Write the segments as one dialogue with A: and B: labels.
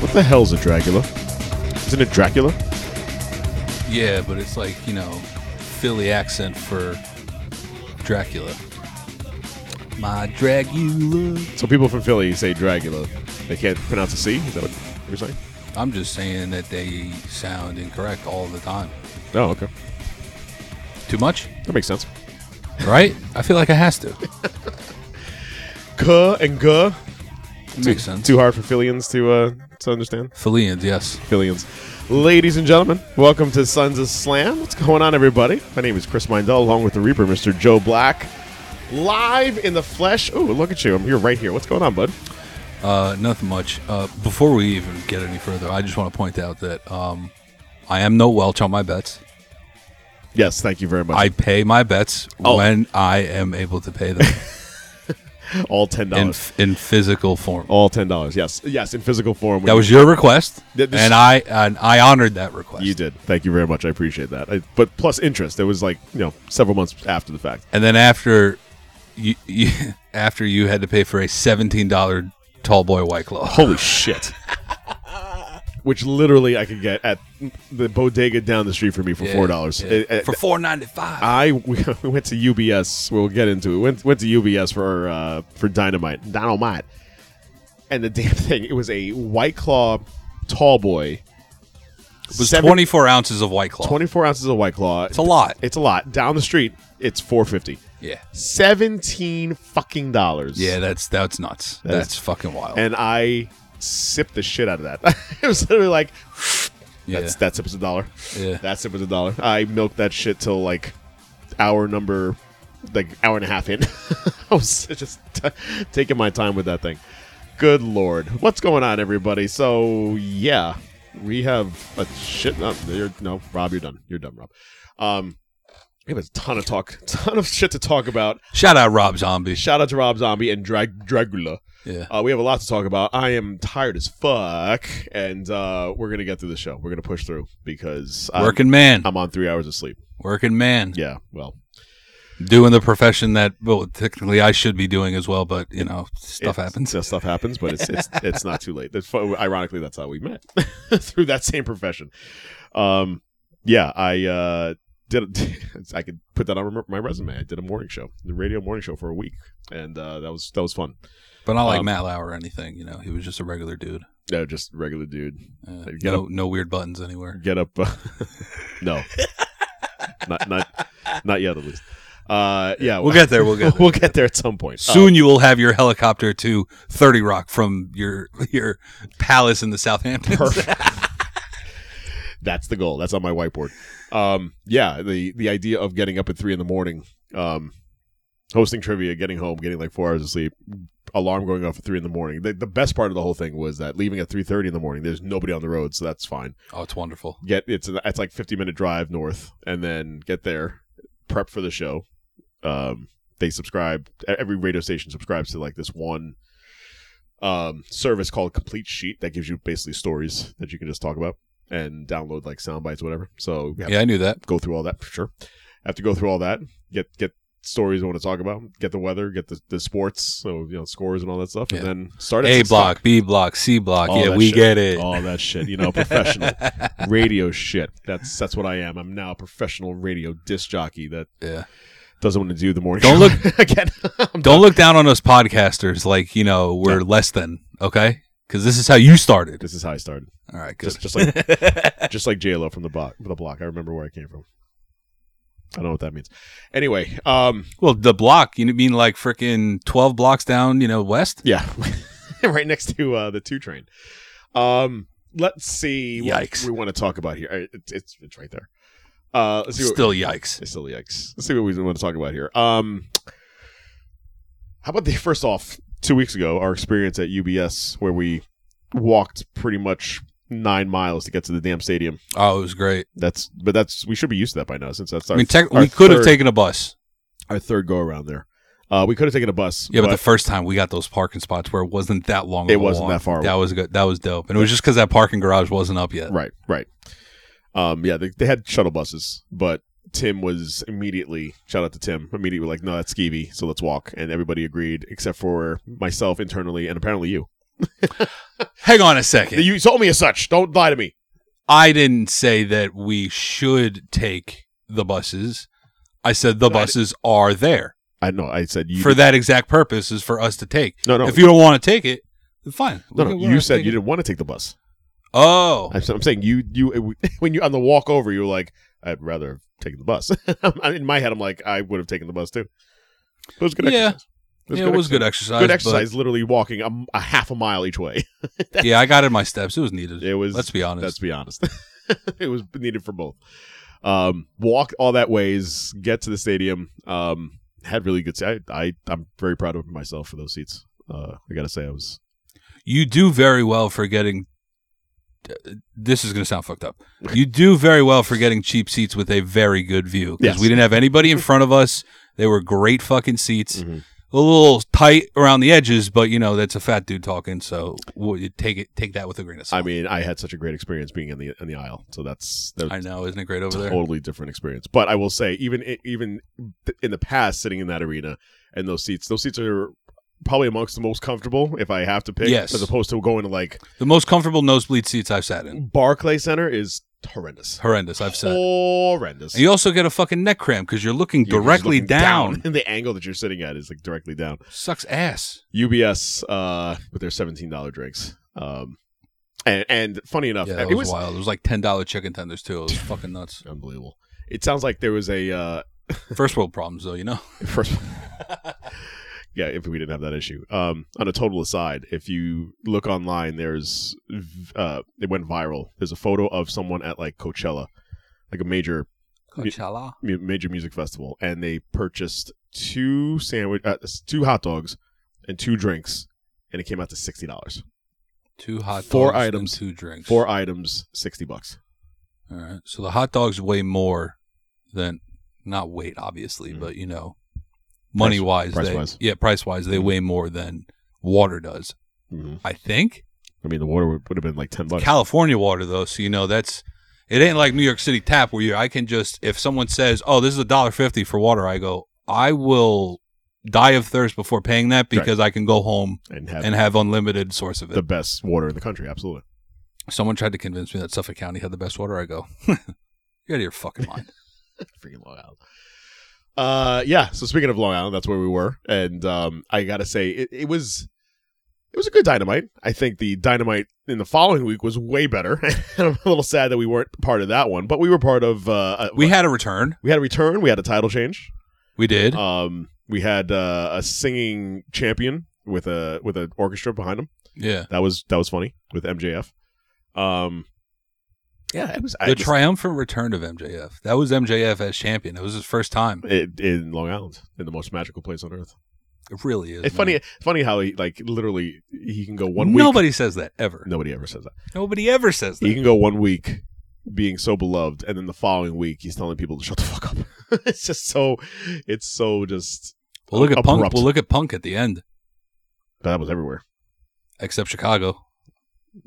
A: What the hell's a Dracula? Isn't it Dracula?
B: Yeah, but it's like, you know, Philly accent for Dracula. My Dracula.
A: So people from Philly say Dracula. They can't pronounce a C. Is that what you're saying?
B: I'm just saying that they sound incorrect all the time.
A: Oh, okay.
B: Too much?
A: That makes sense.
B: Right? I feel like I has to.
A: K and G.
B: It makes sense.
A: Too hard for Phillians to uh, to understand.
B: Phillians, yes.
A: Phillians. Ladies and gentlemen, welcome to Sons of Slam. What's going on, everybody? My name is Chris Mindell, along with the Reaper, Mr. Joe Black. Live in the flesh. Oh, look at you. I'm here right here. What's going on, bud?
B: Uh, nothing much. Uh, before we even get any further, I just want to point out that um, I am no Welch on my bets.
A: Yes, thank you very much.
B: I pay my bets
A: Oh.
B: when I am able to pay them
A: All ten
B: in,
A: dollars.
B: in physical form.
A: All ten dollars. Yes, yes. In physical form.
B: That was your request,
A: Th- this-
B: and I and I honored that request.
A: You did. Thank you very much. I appreciate that. I, but plus interest. It was like you know several months after the fact.
B: And then after you, you after you had to pay for a seventeen dollar tall boy white claw.
A: Holy shit! Which literally I could get at the bodega down the street for me for four dollars. Uh,
B: Yeah. for four ninety five.
A: I we went to UBS. We'll get into it. Went went to UBS for uh, for dynamite, dynamite, and the damn thing. It was a White Claw Tall Boy.
B: It was twenty four ounces of white claw.
A: 24 ounces of White Claw.
B: It's a lot.
A: It's a lot. Down the street, it's four fifty.
B: yeah,
A: Seventeen fucking dollars.
B: yeah. That's that's nuts.
A: is-
B: that's fucking wild.
A: and I sipped the shit out of that. it was literally like
B: yeah.
A: that's that sip was a dollar.
B: Yeah.
A: That sip was a dollar. I milked that shit till like hour number like hour and a half in. I was just t- taking my time with that thing. Good lord. What's going on everybody? So yeah, we have a shit no, you're, no Rob, you're done. You're done, Rob. Um we have a ton of talk, ton of shit to talk about.
B: Shout out Rob Zombie.
A: Shout out to Rob Zombie and Drag- Dragula.
B: Yeah.
A: Uh, we have a lot to talk about. I am tired as fuck, and uh, we're gonna get through the show. We're gonna push through because I'm,
B: Working man,
A: I'm on three hours of sleep.
B: working man,
A: Yeah, well,
B: doing the profession that well, technically I should be doing as well, but you know, stuff
A: it's-
B: happens.
A: yeah, stuff happens, but it's it's, it's not too late. That's, fu- ironically, that's how we met through that same profession. Um, yeah, I uh, did. a- I could put that on my resume. I did a morning show, the radio morning show for a week, and uh, that was that was fun.
B: But not like
A: Um,
B: Matt Lauer or anything. You know, he was just a regular dude.
A: No, just regular dude.
B: Uh,
A: Get
B: no, no weird buttons anywhere.
A: get up. Uh, no, not not not yet at least. Uh, yeah,
B: We'll get there. We'll get there.
A: we'll get there at some point. Uh,
B: Soon you will have your helicopter to Thirty Rock from your your palace in the Southampton.
A: that's the goal. That's on my whiteboard. Um, yeah, the the idea of getting up at three in the morning, um, hosting trivia, getting home, getting like four hours of sleep, alarm going off at three in the morning. The, the best part of the whole thing was that leaving at three thirty in the morning. There's nobody on the road, so that's fine.
B: oh, it's wonderful.
A: get it's an, it's like 50 minute drive north and then get there prep for the show um they subscribe e, every radio station subscribes to like this one um service called complete sheet that gives you basically stories that you can just talk about and download like sound bites whatever so we have
B: Yeah, I knew that.
A: to go through all that for sure have to go through all that get get stories we want to talk about. Get the weather, get the, the sports, so you know scores and all that stuff,
B: Yeah.
A: and then start at
B: A
A: six
B: block,
A: o'clock.
B: B block, C block.
A: All
B: yeah,
A: that
B: we
A: shit.
B: get it.
A: All that shit, you know, professional radio shit. That's that's what I am. I'm now a professional radio disc jockey that
B: Yeah.
A: doesn't want to do the morning.
B: Don't
A: show
B: look-
A: again. I'm
B: Don't look down on us podcasters like, you know, we're less than, okay? Because this is how you started.
A: This is how I started.
B: All right, good.
A: Just, just like, just like J Lo from the block. The block. I remember where I came from. I don't know what that means. Anyway, um,
B: well, the block, you mean like freaking 12 blocks down, you know, west?
A: yeah, right next to uh, the two train. Um, let's see.
B: Yikes.
A: What we want to talk about here. Uh, It's it's, it's right there. Uh, let's see. What,
B: Still yikes.
A: it's still yikes. Let's see what we want to talk about here. Um, how about the first off two weeks ago our experience at UBS where we walked pretty much nine miles to get to the damn stadium.
B: Oh, it was great.
A: That's but that's we should be used to that by now since that's our
B: I mean, tech,
A: our
B: we could have
A: third-
B: taken a bus.
A: our third go around there. Uh, we could have taken a bus.
B: Yeah, but, the first time we got those parking spots where it wasn't that long.
A: It
B: of a
A: wasn't
B: walk.
A: that far.
B: That was good. That was dope, and it was just because that parking garage wasn't up yet.
A: right, right. Um, yeah, they, they had shuttle buses, but Tim was immediately shout out to Tim immediately like, no, that's skeevy, so let's walk, and everybody agreed except for myself internally and apparently you.
B: Hang on a second.
A: You told me as such. Don't lie to me.
B: I didn't say that we should take the buses. I said the
A: But I di-
B: buses are there
A: I know. I said you
B: for
A: did-
B: that exact purpose. Is for us to take.
A: No, no.
B: If you don't want to take it, then fine.
A: No,
B: We
A: no.
B: can-
A: You
B: we're
A: said you
B: taking-
A: didn't want to take the bus.
B: Oh,
A: I'm, I'm saying you you when you on the walk over, you were like, I'd rather take the bus. in my head, I'm like, I would have taken the bus too. But it was good.
B: Yeah.
A: exercise.
B: yeah, it was good exercise.
A: good
B: but-
A: exercise literally walking a, m- a half a mile each way
B: yeah, I got in my steps. It was needed.
A: it was
B: Let's be honest.
A: let's be honest it was needed for both um walk all that ways get to the stadium um had really good se- I, I i'm very proud of myself for those seats uh i gotta say i was
B: you do very well for getting uh, this is going to sound fucked up. You do very well for getting cheap seats with a very good view because
A: Yes.
B: we didn't have anybody in front of us. They were great fucking seats.
A: Mhm.
B: A little tight around the edges, but you know that's a fat dude talking, so we'll, you take it take that with a grain
A: i
B: of salt.
A: mean i had such a great experience being in the in the aisle so that's that
B: I know, isn't it great over there?
A: totally different experience but i will say even i- even th- in the past sitting in that arena and those seats those seats are probably amongst the most comfortable if i have to pick
B: Yes.
A: as opposed to going to like
B: The most comfortable nosebleed seats I've sat in.
A: barclay center is horrendous
B: Horrendous. I've sat.
A: horrendous.
B: And you also get a fucking neck cramp because you're looking
A: You're just
B: directly
A: looking
B: down.
A: and the angle that you're sitting at is like directly down.
B: Sucks ass.
A: UBS uh, with their seventeen dollar drinks. Um, and and funny enough,
B: Yeah,
A: it
B: that
A: was,
B: was, wild. It was like ten dollar chicken tenders too. It was fucking nuts.
A: unbelievable. It sounds like there was a uh,
B: First world problems though, you know.
A: first. yeah, if we didn't have that issue. Um, on a total aside, if you look online, there's v- uh, it went viral. There's a photo of someone at like Coachella, like a major
B: Coachella.
A: mu- major music festival, and they purchased two sandwich, uh, s- two hot dogs, and two drinks, and it came out to sixty dollars.
B: Two hot dogs,
A: Four
B: and
A: items.
B: two drinks.
A: Four items, sixty bucks.
B: All right. So the hot dogs weigh more than not weight, obviously,
A: Mhm.
B: but you know, money wise,
A: price Mm.
B: they,
A: wise.
B: yeah, price wise, they weigh more than water does. I think
A: I mean, the Mm-hmm. water would, would have been like ten bucks.
B: California water though, so you know that's it ain't like New York City tap where you I can just if someone says, "Oh, this is a dollar fifty for water," I go, "I will." Die of thirst before paying that because I can go home
A: and have,
B: and have unlimited source of it.
A: the best water in the country. Absolutely.
B: Someone tried to convince me that Suffolk County had the best water. I go, you're out of your fucking mind.
A: Freaking Long Island. Uh, yeah. So speaking of Long Island, that's where we were, and um, I gotta say, it, it was. It was a good dynamite. I think the dynamite in the following week was way better. and I'm a little sad that we weren't part of that one, but we were part of. Uh, a-
B: we had a return.
A: we had a return. We had a title change.
B: We did.
A: Um, we had uh, a singing champion with a with an orchestra behind him.
B: yeah.
A: That was that was funny with MJF. Um, yeah, it was I
B: the
A: just-
B: triumphant return of MJF. That was MJF as champion. It was his first time.
A: it, in Long Island in the most magical place on earth.
B: It really is.
A: It's funny
B: man.
A: funny how he like literally he can go one week.
B: Nobody says that ever.
A: Nobody ever says that.
B: Nobody ever says that.
A: He can go one week being so beloved, and then the following week he's telling people to shut the fuck up. it's just so, it's so just.
B: well, look at Punk.
A: abrupt.
B: Well, look at Punk at the end,
A: That was everywhere,
B: except Chicago.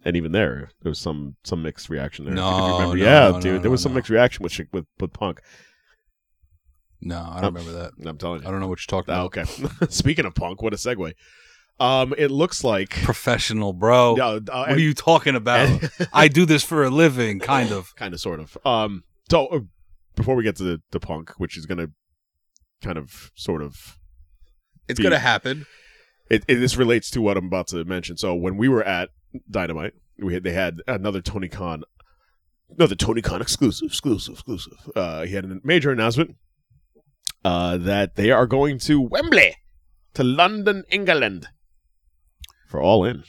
A: and even there, there was some some mixed reaction there. if you
B: No,
A: remember.
B: no,
A: yeah,
B: no,
A: dude,
B: no,
A: there was some
B: no.
A: mixed reaction with Chi- with with Punk.
B: No, I don't remember that.
A: I'm telling you.
B: I don't know what you're talking
A: Ah,
B: about.
A: okay. Speaking of punk, what a segue. Um, it looks like
B: Professional, bro.
A: Yeah, uh,
B: what are you talking about? I do this for a living, kind of.
A: kind of sort of. Um, so uh, before we get to the, the punk, which is gonna kind of sort of
B: It's
A: Be-
B: gonna happen.
A: it, it this relates to what I'm about to mention. So when we were at Dynamite, we had they had another Tony Khan, another Tony Khan exclusive, exclusive, exclusive. Uh, he had a major announcement uh, that they are going to Wembley, to London, England, for All In.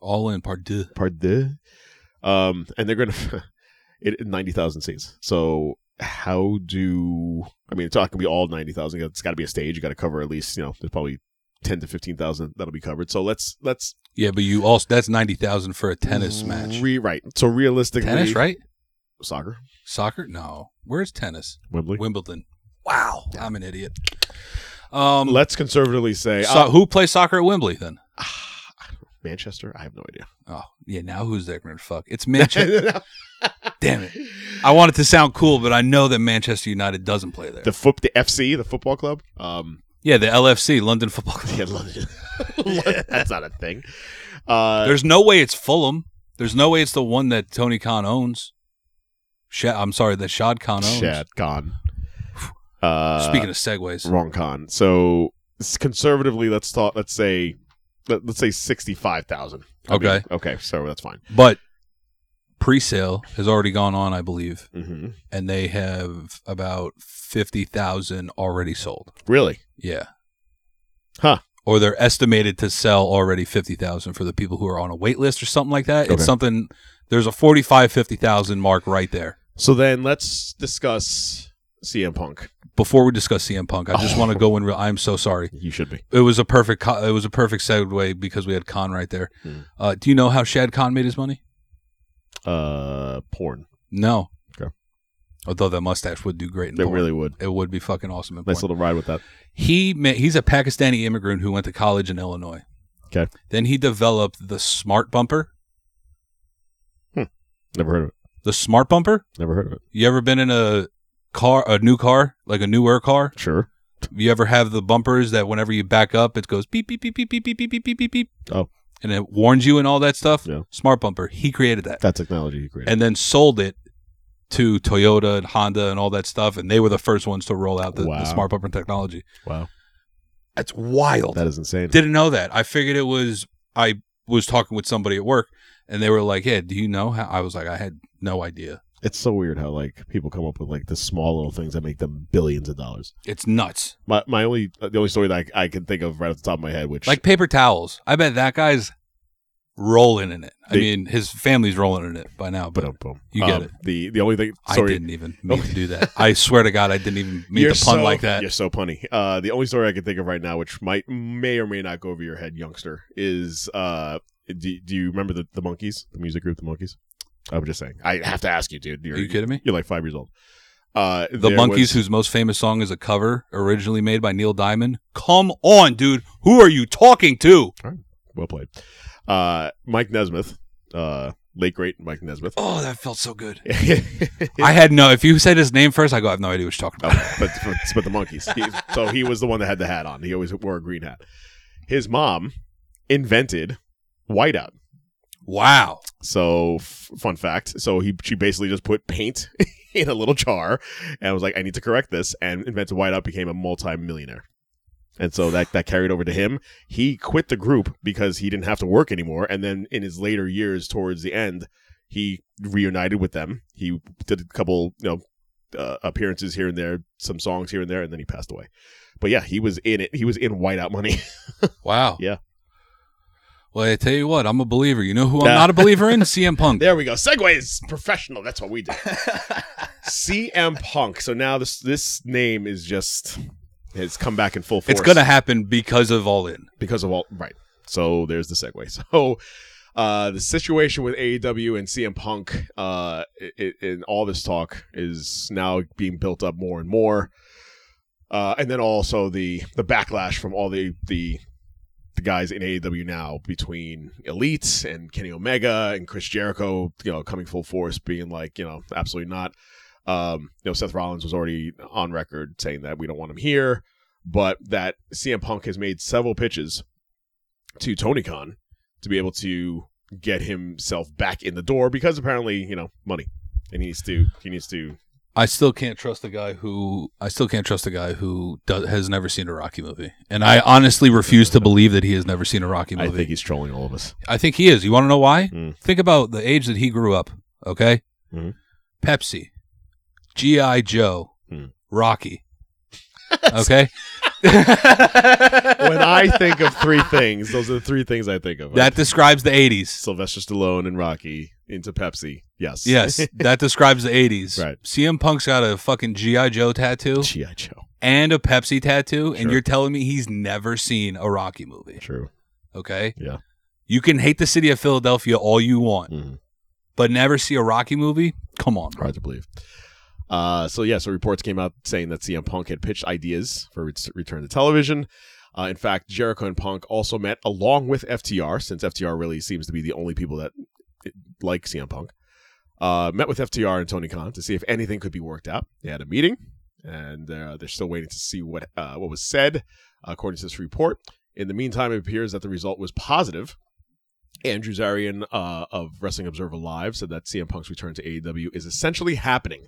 B: All in part deux.
A: Pardon. Um, and they're gonna it ninety thousand seats. So how do I mean? It's not gonna be all ninety thousand. It's got to be a stage. You got to cover at least you know. There's probably ten to fifteen thousand that'll be covered. So let's let's
B: Yeah, but you also that's ninety thousand for a tennis match.
A: Rewrite. So realistically,
B: Tennis, right?
A: Soccer,
B: Soccer? No. Where's tennis?
A: Wembley.
B: Wimbledon. Wow, I'm an idiot. Um,
A: Let's conservatively say
B: so
A: uh,
B: who plays soccer at Wembley then?
A: Manchester. I have no idea.
B: Oh, yeah. Now who's there going to fuck? It's Manchester. Damn it! I want it to sound cool, but I know that Manchester United doesn't play there.
A: The foot, the FC, the football club. Um,
B: yeah, the LFC, London Football Club.
A: yeah, London. That's not a thing. Uh,
B: There's no way it's Fulham. There's no way it's the one that Tony Khan owns. Sha I'm sorry, that Shad Khan owns.
A: Shad Khan. Uh,
B: Speaking of segues,
A: wrong con. So s- conservatively, let's talk. Let's say, let, let's say sixty-five thousand.
B: Okay.
A: okay, so that's fine.
B: but pre-sale has already gone on, I believe,
A: Mm-hmm.
B: and they have about fifty thousand already sold.
A: Really?
B: Yeah.
A: Huh.
B: Or they're estimated to sell already 50,000 for the people who are on a wait list or something like that.
A: Okay.
B: It's something, there's a 45, 50,000 mark right there.
A: So then let's discuss CM Punk.
B: Before we discuss CM Punk, I just want to go in real. I'm so sorry.
A: You should be.
B: It was a perfect, co- it was a perfect segue because we had Khan right there.
A: Hmm.
B: Uh, do you know how Shad Khan made his money?
A: Uh, porn.
B: No.
A: Okay.
B: Although that mustache would do great in
A: They
B: porn.
A: really would.
B: It would be fucking awesome. In
A: Nice
B: porn.
A: little ride with that.
B: He ma- he's a Pakistani immigrant who went to college in Illinois.
A: Okay.
B: Then he developed the smart bumper.
A: Never heard of it.
B: The smart bumper.
A: Never heard of it.
B: You ever been in a car, a new car, like a newer car?
A: Sure.
B: You ever have the bumpers that whenever you back up, it goes beep beep beep beep beep beep beep beep beep beep beep.
A: Oh.
B: and it warns you and all that stuff.
A: Yeah.
B: Smart bumper. He created that,
A: That technology you created.
B: and then sold it to Toyota and Honda and all that stuff, and they were the first ones to roll out the,
A: Wow.
B: the smart bumper technology.
A: wow,
B: That's wild.
A: that is insane.
B: Didn't know that. I figured it was. I was talking with somebody at work, and they were like, "Yeah, do you know how?" I was like, "I had no idea.
A: it's so weird how like people come up with like the small little things that make them billions of dollars.
B: It's nuts."
A: My my only uh, the only story that I, I can think of right off the top of my head, which
B: like paper towels. I bet that guy's rolling in it. I
A: They-
B: mean, his family's rolling in it by now, but
A: boom, boom.
B: You get it.
A: The the only thing
B: Um, I
A: sorry,
B: didn't even mean to do that. I swear to God, I didn't even mean to pun
A: so,
B: like that.
A: You're so punny. Uh, the only story I can think of right now, which might may or may not go over your head, youngster, is uh, do, do you remember the, the monkeys, the music group, the monkeys? I'm just saying. I have to ask you, dude. You're,
B: Are you kidding me?
A: You're like five years old. Uh,
B: The Monkeys, whose most famous song is a cover originally made by Neil Diamond. Come on, dude. Who are you talking to?
A: well played. Uh, Mike Nesmith, uh, late great Mike Nesmith.
B: Oh, that felt so good.
A: Oh,
B: I had no. If you said his name first, I go, I have no idea what you're talking about.
A: but but the monkeys. He, so he was the one that had the hat on. He always wore a green hat. His mom invented whiteout.
B: Wow.
A: So, f- fun fact. So he she basically just put paint in a little jar and was like, "I need to correct this," and invented whiteout became a multi-millionaire. And so that that carried over to him. He quit the group because he didn't have to work anymore. And then in his later years, towards the end, he reunited with them. He did a couple, you know, uh, appearances here and there, some songs here and there, and then he passed away. But yeah, he was in it. He was in whiteout money.
B: Wow.
A: Yeah.
B: Well, I tell you what, I'm a believer. You know who I'm
A: Nah.
B: not a believer in? CM Punk.
A: There we go. Segways, professional. That's what we do. CM Punk. So now this this name is just has come back in full force.
B: It's going to happen because of All In.
A: because of all right. So there's the segue. So uh, the situation with AEW and CM Punk uh, i- i- in all this talk is now being built up more and more, uh, and then also the the backlash from all the the the guys in AEW now between Elite and Kenny Omega and Chris Jericho, you know, coming full force, being like, you know, absolutely not. Um, you know, Seth Rollins was already on record saying that we don't want him here, but that CM Punk has made several pitches to Tony Khan to be able to get himself back in the door because apparently, you know, money. And he needs to he needs to
B: I still can't trust a guy who I still can't trust a guy who does, has never seen a Rocky movie, and I honestly refuse to believe that he has never seen a Rocky
A: I
B: movie.
A: think he's trolling all of us.
B: I think he is. You want to know why?
A: Mm.
B: Think about the age that he grew up. Okay,
A: Mhm.
B: Pepsi, GI Joe,
A: Mm.
B: Rocky. Okay,
A: when I think of three things, those are the three things I think of.
B: that describes the '80s.
A: Sylvester Stallone and Rocky into Pepsi. Yes.
B: Yes, that describes the '80s.
A: Right.
B: CM Punk's got a fucking GI Joe tattoo
A: G.I. Joe.
B: and a Pepsi tattoo, and
A: Sure.
B: you're telling me he's never seen a Rocky movie?
A: True.
B: Okay.
A: Yeah.
B: You can hate the city of Philadelphia all you want,
A: Mhm.
B: but never see a Rocky movie? Come on.
A: Hard to believe. Uh, so yeah, so reports came out saying that CM Punk had pitched ideas for ret- return to television. Uh, in fact, Jericho and Punk also met along with FTR, since FTR really seems to be the only people that eh, like CM Punk. Uh, met with FTR and Tony Khan to see if anything could be worked out. They had a meeting, and uh, they're still waiting to see what uh, what was said, according to this report. In the meantime, it appears that the result was positive, Andrew Zarian uh, of Wrestling Observer Live said that CM Punk's return to AEW is essentially happening.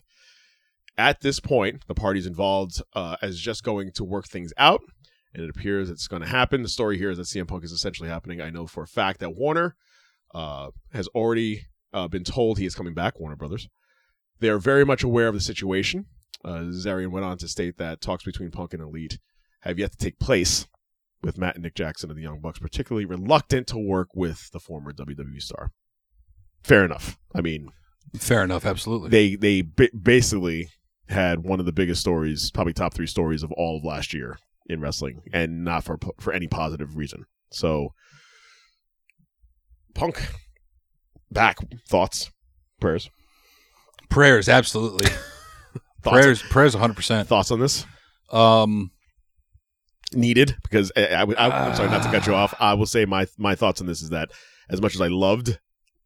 A: At this point, the parties involved uh, is just going to work things out, and it appears it's going to happen. The story here is that CM Punk is essentially happening. I know for a fact that Warner uh, has already uh, been told he is coming back, Warner Brothers. They are very much aware of the situation. Uh, Zarian went on to state that talks between Punk and Elite have yet to take place with Matt and Nick Jackson and the Young Bucks particularly reluctant to work with the former WWE star. Fair enough. I mean,
B: Fair enough. Absolutely.
A: they they b- basically had one of the biggest stories, probably top three stories of all of last year in wrestling, and not for po- for any positive reason. So, Punk back thoughts, prayers,
B: prayers. Absolutely.
A: thoughts,
B: prayers. Prayers 100%.
A: thoughts on this
B: Um,
A: needed because I, I, would- I, I'm sorry not to cut you off. I will say my my thoughts on this is that as much as I loved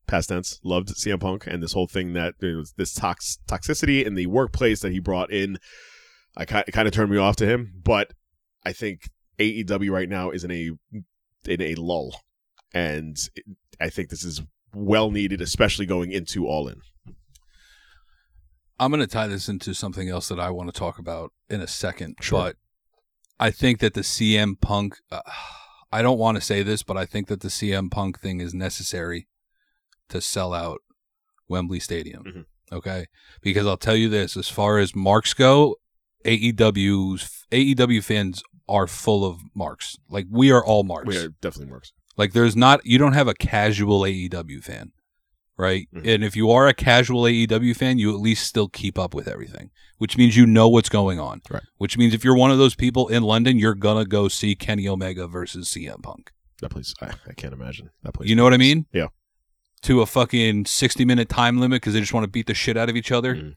A: past tense loved CM Punk and this whole thing that you know, this tox toxicity in the workplace that he brought in, I kind it kind of turned me off to him. But I think AEW right now is in a in a lull, and it- I think this is well needed, especially going into All In.
B: I'm going to tie this into something else that I want to talk about in a second,
A: Sure.
B: but I think that the CM Punk, uh, I don't want to say this, but I think that the CM Punk thing is necessary to sell out Wembley Stadium.
A: Mhm.
B: Okay. Because I'll tell you this as far as marks go, E AEW's, AEW E fans are full of marks. Like we are all marks.
A: We are definitely works.
B: Like there's not you don't have a casual AEW fan, right?
A: Mhm.
B: And if you are a casual AEW fan, you at least still keep up with everything, which means you know what's going on.
A: Right.
B: Which means if you're one of those people in London, you're gonna go see Kenny Omega versus CM Punk.
A: That place, I, I can't imagine that place.
B: You know what I mean?
A: Yeah.
B: To a fucking 60 minute time limit because they just want to beat the shit out of each other.
A: Mhm.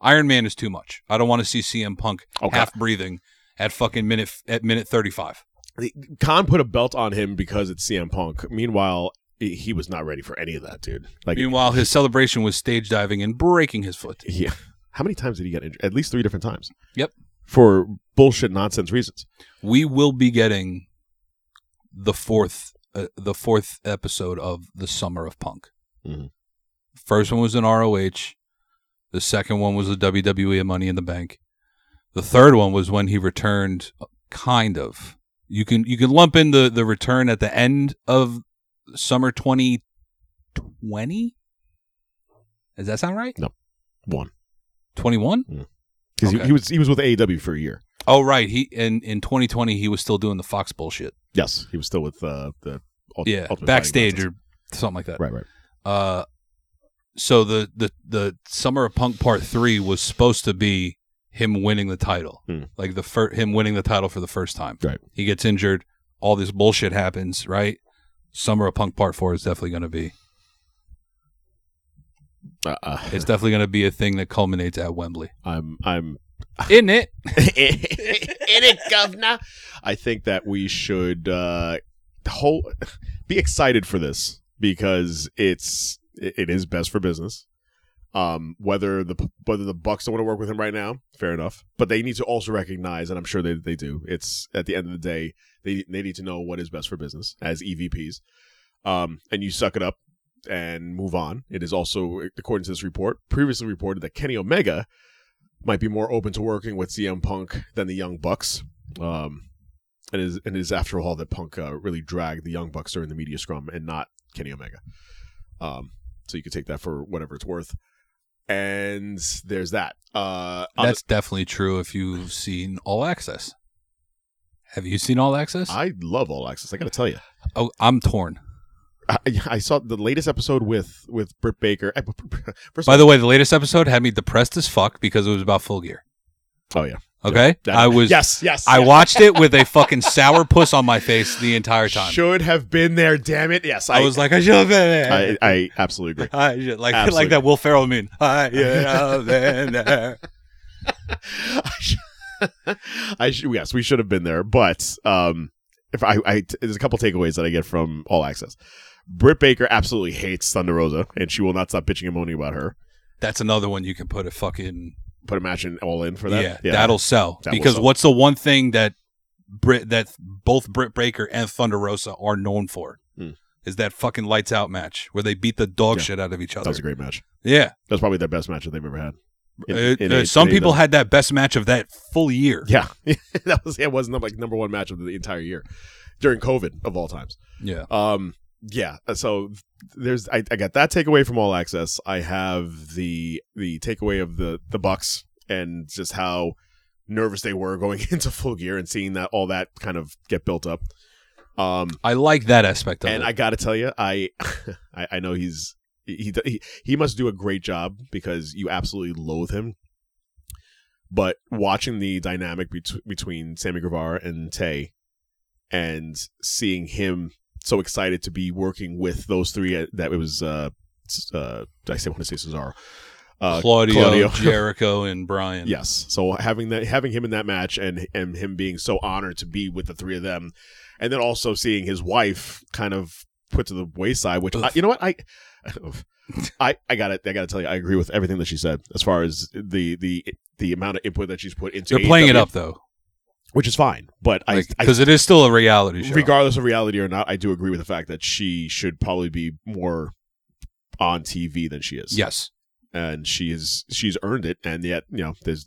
B: Iron Man is too much. I don't want to see CM Punk
A: Okay.
B: half breathing at fucking minute at minute 35.
A: The- Khan put a belt on him because it's CM Punk. Meanwhile, he he was not ready for any of that, dude. Like,
B: Meanwhile, his celebration was stage diving and breaking his foot.
A: yeah. How many times did he get injured? At least three different times.
B: Yep.
A: For bullshit nonsense reasons.
B: we will be getting the fourth uh, the fourth episode of the summer of punk
A: Mhm.
B: first one was in roh the second one was the wwe and E, money in the bank the third one was when he returned uh, kind of you can you can lump in the the return at the end of summer 2020 does that sound right
A: One,
B: 21
A: because
B: Okay.
A: he, he was he was with AEW for a year.
B: oh right he in in 2020 he was still doing the fox bullshit
A: Yes, he was still with uh, the Ult-
B: yeah
A: Ultimate
B: backstage
A: Fighting
B: or something like that
A: Nonsense. right, right.
B: Uh, so the the the Summer of Punk Part Three was supposed to be him winning the title,
A: Hmm.
B: like the fir- him winning the title for the first time.
A: Right.
B: He gets injured. All this bullshit happens. Right. Summer of Punk Part Four is definitely going to be.
A: Uh, uh,
B: It's definitely going to be a thing that culminates at Wembley,
A: I'm I'm
B: isn't it?
A: in it, governor. I think that we should uh, whole be excited for this because it's it is best for business. Um, whether the whether the Bucks don't want to work with him right now, fair enough. But they need to also recognize, and I'm sure they they do. It's at the end of the day, they they need to know what is best for business as EVPs. Um, and you suck it up and move on. It is also, according to this report, previously reported that Kenny Omega might be more open to working with CM Punk than the Young Bucks. Um, and it is and it is after all that Punk uh, really dragged the Young Bucks during the media scrum and not Kenny Omega. Um, so you can take that for whatever it's worth. And there's that. Uh, on
B: That's definitely true if you've seen All Access. Have you seen All Access?
A: the- I love All Access. I got to tell you,
B: oh, I'm torn.
A: I, I saw the latest episode with with Britt Baker. I- First
B: By the way, the latest episode had me depressed as fuck because it was about Full Gear.
A: oh yeah,
B: Okay,
A: That-
B: I was
A: yes, yes.
B: I
A: yes.
B: watched it with a fucking sour puss on my face the entire time.
A: Should have been there. Damn it. Yes,
B: I, was like, I should have been there.
A: I, I absolutely agree.
B: I should- like
A: Absolutely.
B: like that Will Ferrell mean. I should have been there.
A: I sh- I sh- yes, we should have been there, but um, if I, I there's a couple takeaways that I get from All Access. Britt Baker absolutely hates Thunder Rosa, and she will not stop bitching and moaning about her.
B: That's another one you can put a fucking
A: But imagine all in for that.
B: yeah, that'll sell
A: That will
B: because
A: sell.
B: what's the one thing that Brit that both Britt Baker and Thunder Rosa are known for
A: Hmm.
B: is that fucking lights out match where they beat the dog
A: Yeah.
B: shit out of each
A: that
B: other.
A: was a great match.
B: yeah,
A: That's probably their best match that they've ever had. In-
B: It-
A: in
B: uh,
A: A-
B: some
A: in
B: people
A: AEW.
B: had that best match of that full year.
A: yeah, that was it. Was number, like number one match of the entire year during COVID of all times.
B: yeah.
A: Um, yeah. So there's I, I got that takeaway from all access. I have the the takeaway of the the Bucks and just how nervous they were going into full gear and seeing that all that kind of get built up. Um,
B: I like that aspect of
A: and
B: it.
A: I got to tell you, I, I I know he's he, he he must do a great job because you absolutely loathe him. But watching the dynamic bet- between Sammy Guevara and Tay, and seeing him so excited to be working with those three, uh, that it was uh, s- uh I say want to say Cesaro, uh,
B: Claudio, Jericho, and Brian.
A: Yes. So having that, having him in that match, and and him being so honored to be with the three of them, and then also seeing his wife kind of put to the wayside. Which I,
B: Oof.
A: you know what I, I I got to I got to tell you, I agree with everything that she said as far as the the the amount of input that she's put into.
B: They're playing it
A: AEW,
B: up though,
A: which is fine. But I- I
B: because it is still a reality show.
A: regardless of reality or not, I do agree with the fact that she should probably be more on TV than she is
B: yes,
A: and she is she's earned it and yet you know there's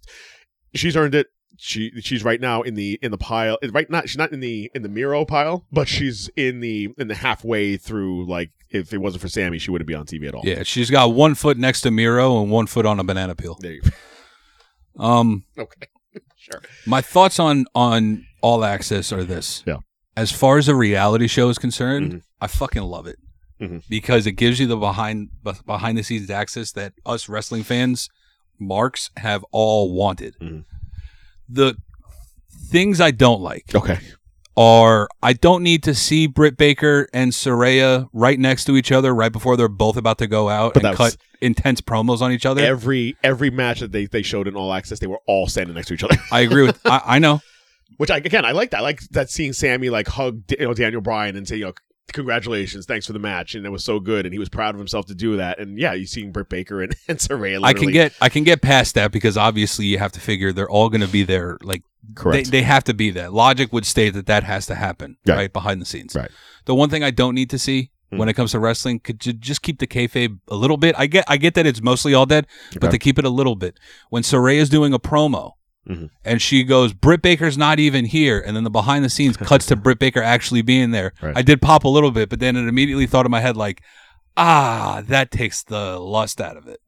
A: she's earned it she she's right now in the in the pile right not she's not in the in the Miro pile but she's in the in the halfway through like if it wasn't for Sammy she wouldn't be on TV at all
B: yeah. She's got one foot next to Miro and one foot on a banana peel.
A: There you-
B: Um,
A: okay sure
B: my thoughts on on All Access are this.
A: Yeah.
B: As far as a reality show is concerned,
A: Mhm.
B: I fucking love it
A: Mhm.
B: because it gives you the behind beh- behind the scenes access that us wrestling fans, marks, have all wanted.
A: Mhm.
B: The things I don't like
A: okay
B: are I don't need to see Britt Baker and Soraya right next to each other right before they're both about to go out
A: But
B: and
A: that was-
B: cut intense promos on each other.
A: every every match that they they showed in all access they were all standing next to each other
B: I agree with I, I know.
A: which I again I like that I like that seeing Sammy like hug you know, Daniel Bryan and say you know congratulations thanks for the match and it was so good and he was proud of himself to do that and yeah you seeing Britt Baker and and Saraya
B: I can get I can get past that because obviously you have to figure they're all going to be there. Like they,
A: correct
B: they have to be there. Logic would state that that has to happen
A: Right.
B: right, behind the scenes.
A: Right.
B: The one thing I don't need to see
A: Hmm.
B: when it comes to wrestling could you just keep the kayfabe a little bit. I get I get that it's mostly all dead, but
A: Okay.
B: to keep it a little bit. When Soraya's doing a promo.
A: Mhm.
B: And she goes, Britt Baker's not even here. And then the behind the scenes cuts to Britt Baker actually being there.
A: Right.
B: I did pop a little bit, but then it immediately thought in my head, like, ah, that takes the lust out of it.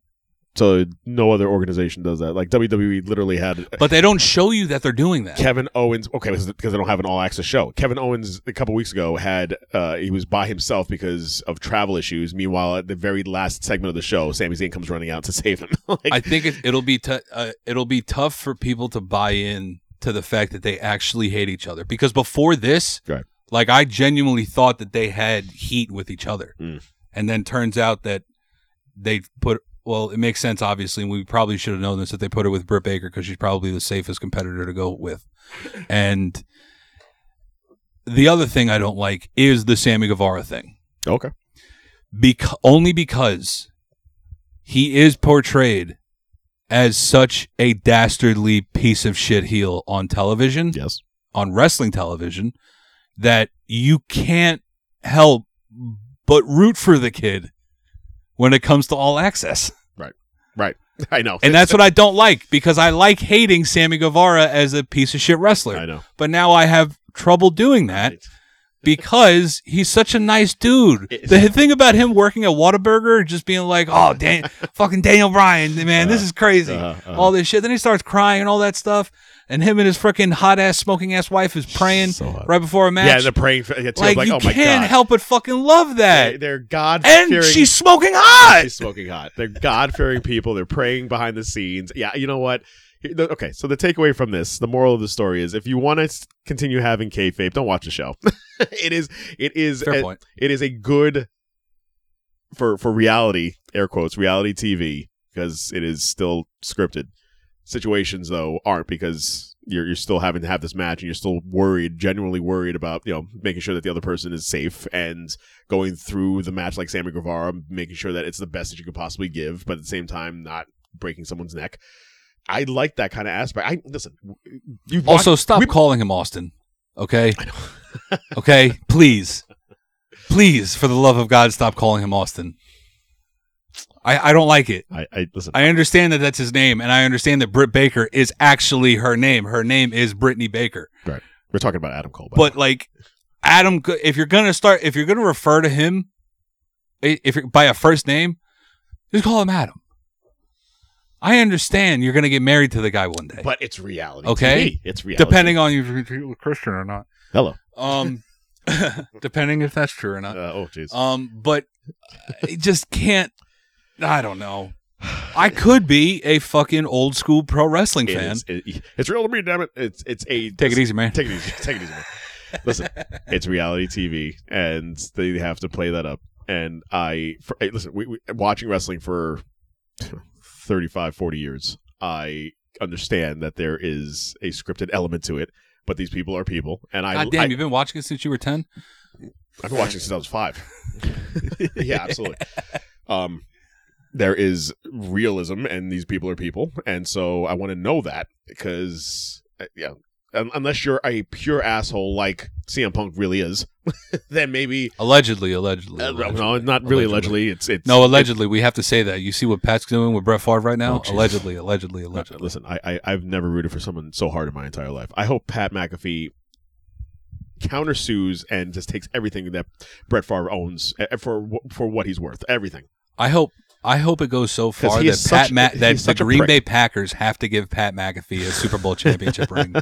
A: so no other organization does that like WWE literally had
B: But they don't show you that they're doing that.
A: Kevin Owens okay because because they don't have an all access show Kevin Owens a couple weeks ago had uh he was by himself because of travel issues meanwhile at the very last segment of the show Sami Zayn comes running out to save him like,
B: I think it, it'll be t- uh, it'll be tough for people to buy in to the fact that they actually hate each other because before this,
A: Right.
B: like I genuinely thought that they had heat with each other,
A: Mm.
B: and then turns out that they put. Well, it makes sense, obviously, and we probably should have known this that they put it with Britt Baker because she's probably the safest competitor to go with. And the other thing I don't like is the Sammy Guevara thing
A: okay
B: because only because he is portrayed as such a dastardly piece of shit heel on television,
A: Yes.
B: on wrestling television, that you can't help but root for the kid when it comes to all access.
A: Right. I know.
B: And that's what I don't like because I like hating Sammy Guevara as a piece of shit wrestler.
A: I know.
B: But now I have trouble doing that
A: Right.
B: because he's such a nice dude.
A: It-
B: The thing about him working at Whataburger, just being like, oh, Dan- fucking Daniel Bryan, man, this is crazy.
A: uh-huh, uh-huh.
B: All this shit. Then he starts crying and all that stuff. And him and his freaking hot ass, smoking ass wife is praying
A: So hot.
B: right before a match.
A: Yeah, the praying. For, yeah, too.
B: like,
A: like,
B: you
A: oh my
B: can't
A: god.
B: help but fucking love
A: They-
B: that.
A: They're God.
B: and she's smoking hot.
A: She's smoking hot. They're God fearing people. They're praying behind the scenes. Yeah, you know what? Here- the- Okay, so the takeaway from this, the moral of the story is: if you want to continue having kayfabe, don't watch the show. it is, it is,
B: Fair
A: a-
B: point.
A: it is a good for for reality air quotes reality TV because it is still scripted. Situations though aren't because you're you're still having to have this match and you're still worried, genuinely worried about you know making sure that the other person is safe and going through the match like Sammy Guevara, making sure that it's the best that you could possibly give, but at the same time not breaking someone's neck. I like that kind of aspect. I listen. You
B: Also, stop
A: we-
B: calling him Austin. Okay. okay. Please. Please, for the love of God, stop calling him Austin. I, I don't like it.
A: I, I listen.
B: I understand that that's his name, and I understand that Britt Baker is actually her name. Her name is Brittany Baker.
A: right. We're talking about Adam Cole, by the way.
B: But like Adam, Go- if you're gonna start, if you're gonna refer to him, i- if you're, by a first name, just call him Adam. I understand you're gonna get married to the guy one day,
A: but it's reality.
B: Okay.
A: TV. it's reality.
B: depending on you if you're Christian or not.
A: Hello.
B: Um, depending if that's true or
A: Uh,
B: not.
A: oh, jeez.
B: Um, but it just can't. I don't know. I could be a fucking old school pro wrestling
A: It
B: fan.
A: is- it- it's real to me, damn it. It's it's a
B: Take it easy, man.
A: Take it easy. Take it easy. Man. Listen, it's reality TV, and they have to play that up. And I for, hey, listen. We, we watching wrestling for 35, 40 years. I understand that there is a scripted element to it, but these people are people, and I
B: God damn,
A: I,
B: you've been watching it since you were ten.
A: I've been watching since I was five. yeah, absolutely. Um, there is realism, and these people are people, and so I want to know that because uh, yeah, un- unless you're a pure asshole like CM Punk really is, then maybe
B: Allegedly, allegedly.
A: uh,
B: allegedly.
A: no, not really allegedly. It's it's
B: No, allegedly. We have to say that. You see what Pat's doing with Brett Favre right now?
A: Oh, Jesus.
B: allegedly, allegedly,
A: Uh,
B: allegedly.
A: Listen, I, I I've never rooted for someone so hard in my entire life. I hope Pat McAfee countersues and just takes everything that Brett Favre owns uh, for wh- for what he's worth, everything.
B: I hope. I hope it goes so
A: 'Cause
B: far
A: he
B: that
A: is
B: Pat
A: such-
B: Ma-
A: he's
B: that the
A: such a
B: Green
A: prick.
B: Bay Packers have to give Pat McAfee a Super Bowl championship ring.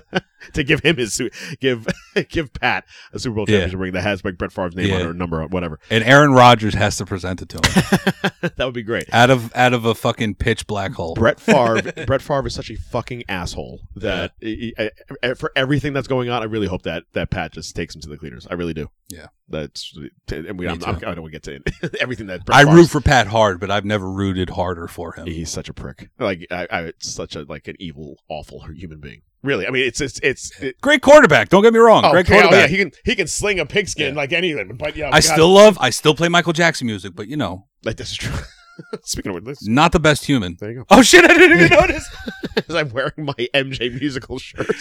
A: to give him his su- give give Pat a Super Bowl
B: Yeah.
A: championship ring that has like Brett Favre's name on
B: Yeah.
A: it or number or whatever.
B: And Aaron Rodgers has to present it to him
A: that would be great.
B: out of out of a fucking pitch black hole.
A: Brett Favre Brett Favre is such a fucking asshole that he- I- I- for everything that's going on, I really hope that that Pat just takes him to the cleaners. I really do.
B: Yeah.
A: that's and we
B: Me
A: I'm,
B: too.
A: I'm, I do not want to get to everything that Brett
B: I
A: Favre's-
B: root for Pat hard, but I've never rooted harder for him.
A: He's such a prick. Like I, I such a like an evil, awful human being. Really, I mean, it's it's it's. It,
B: Great quarterback. Don't get me wrong.
A: oh,
B: Great
A: okay, oh,
B: quarterback.
A: yeah, he oh, can he can sling a pigskin like anything. But yeah,
B: I still love. I still play Michael Jackson music, but you know,
A: like this is true. Speaking of which, this
B: not the best human.
A: There you go.
B: Oh shit! I didn't even notice.
A: Because I'm wearing my MJ musical shirt.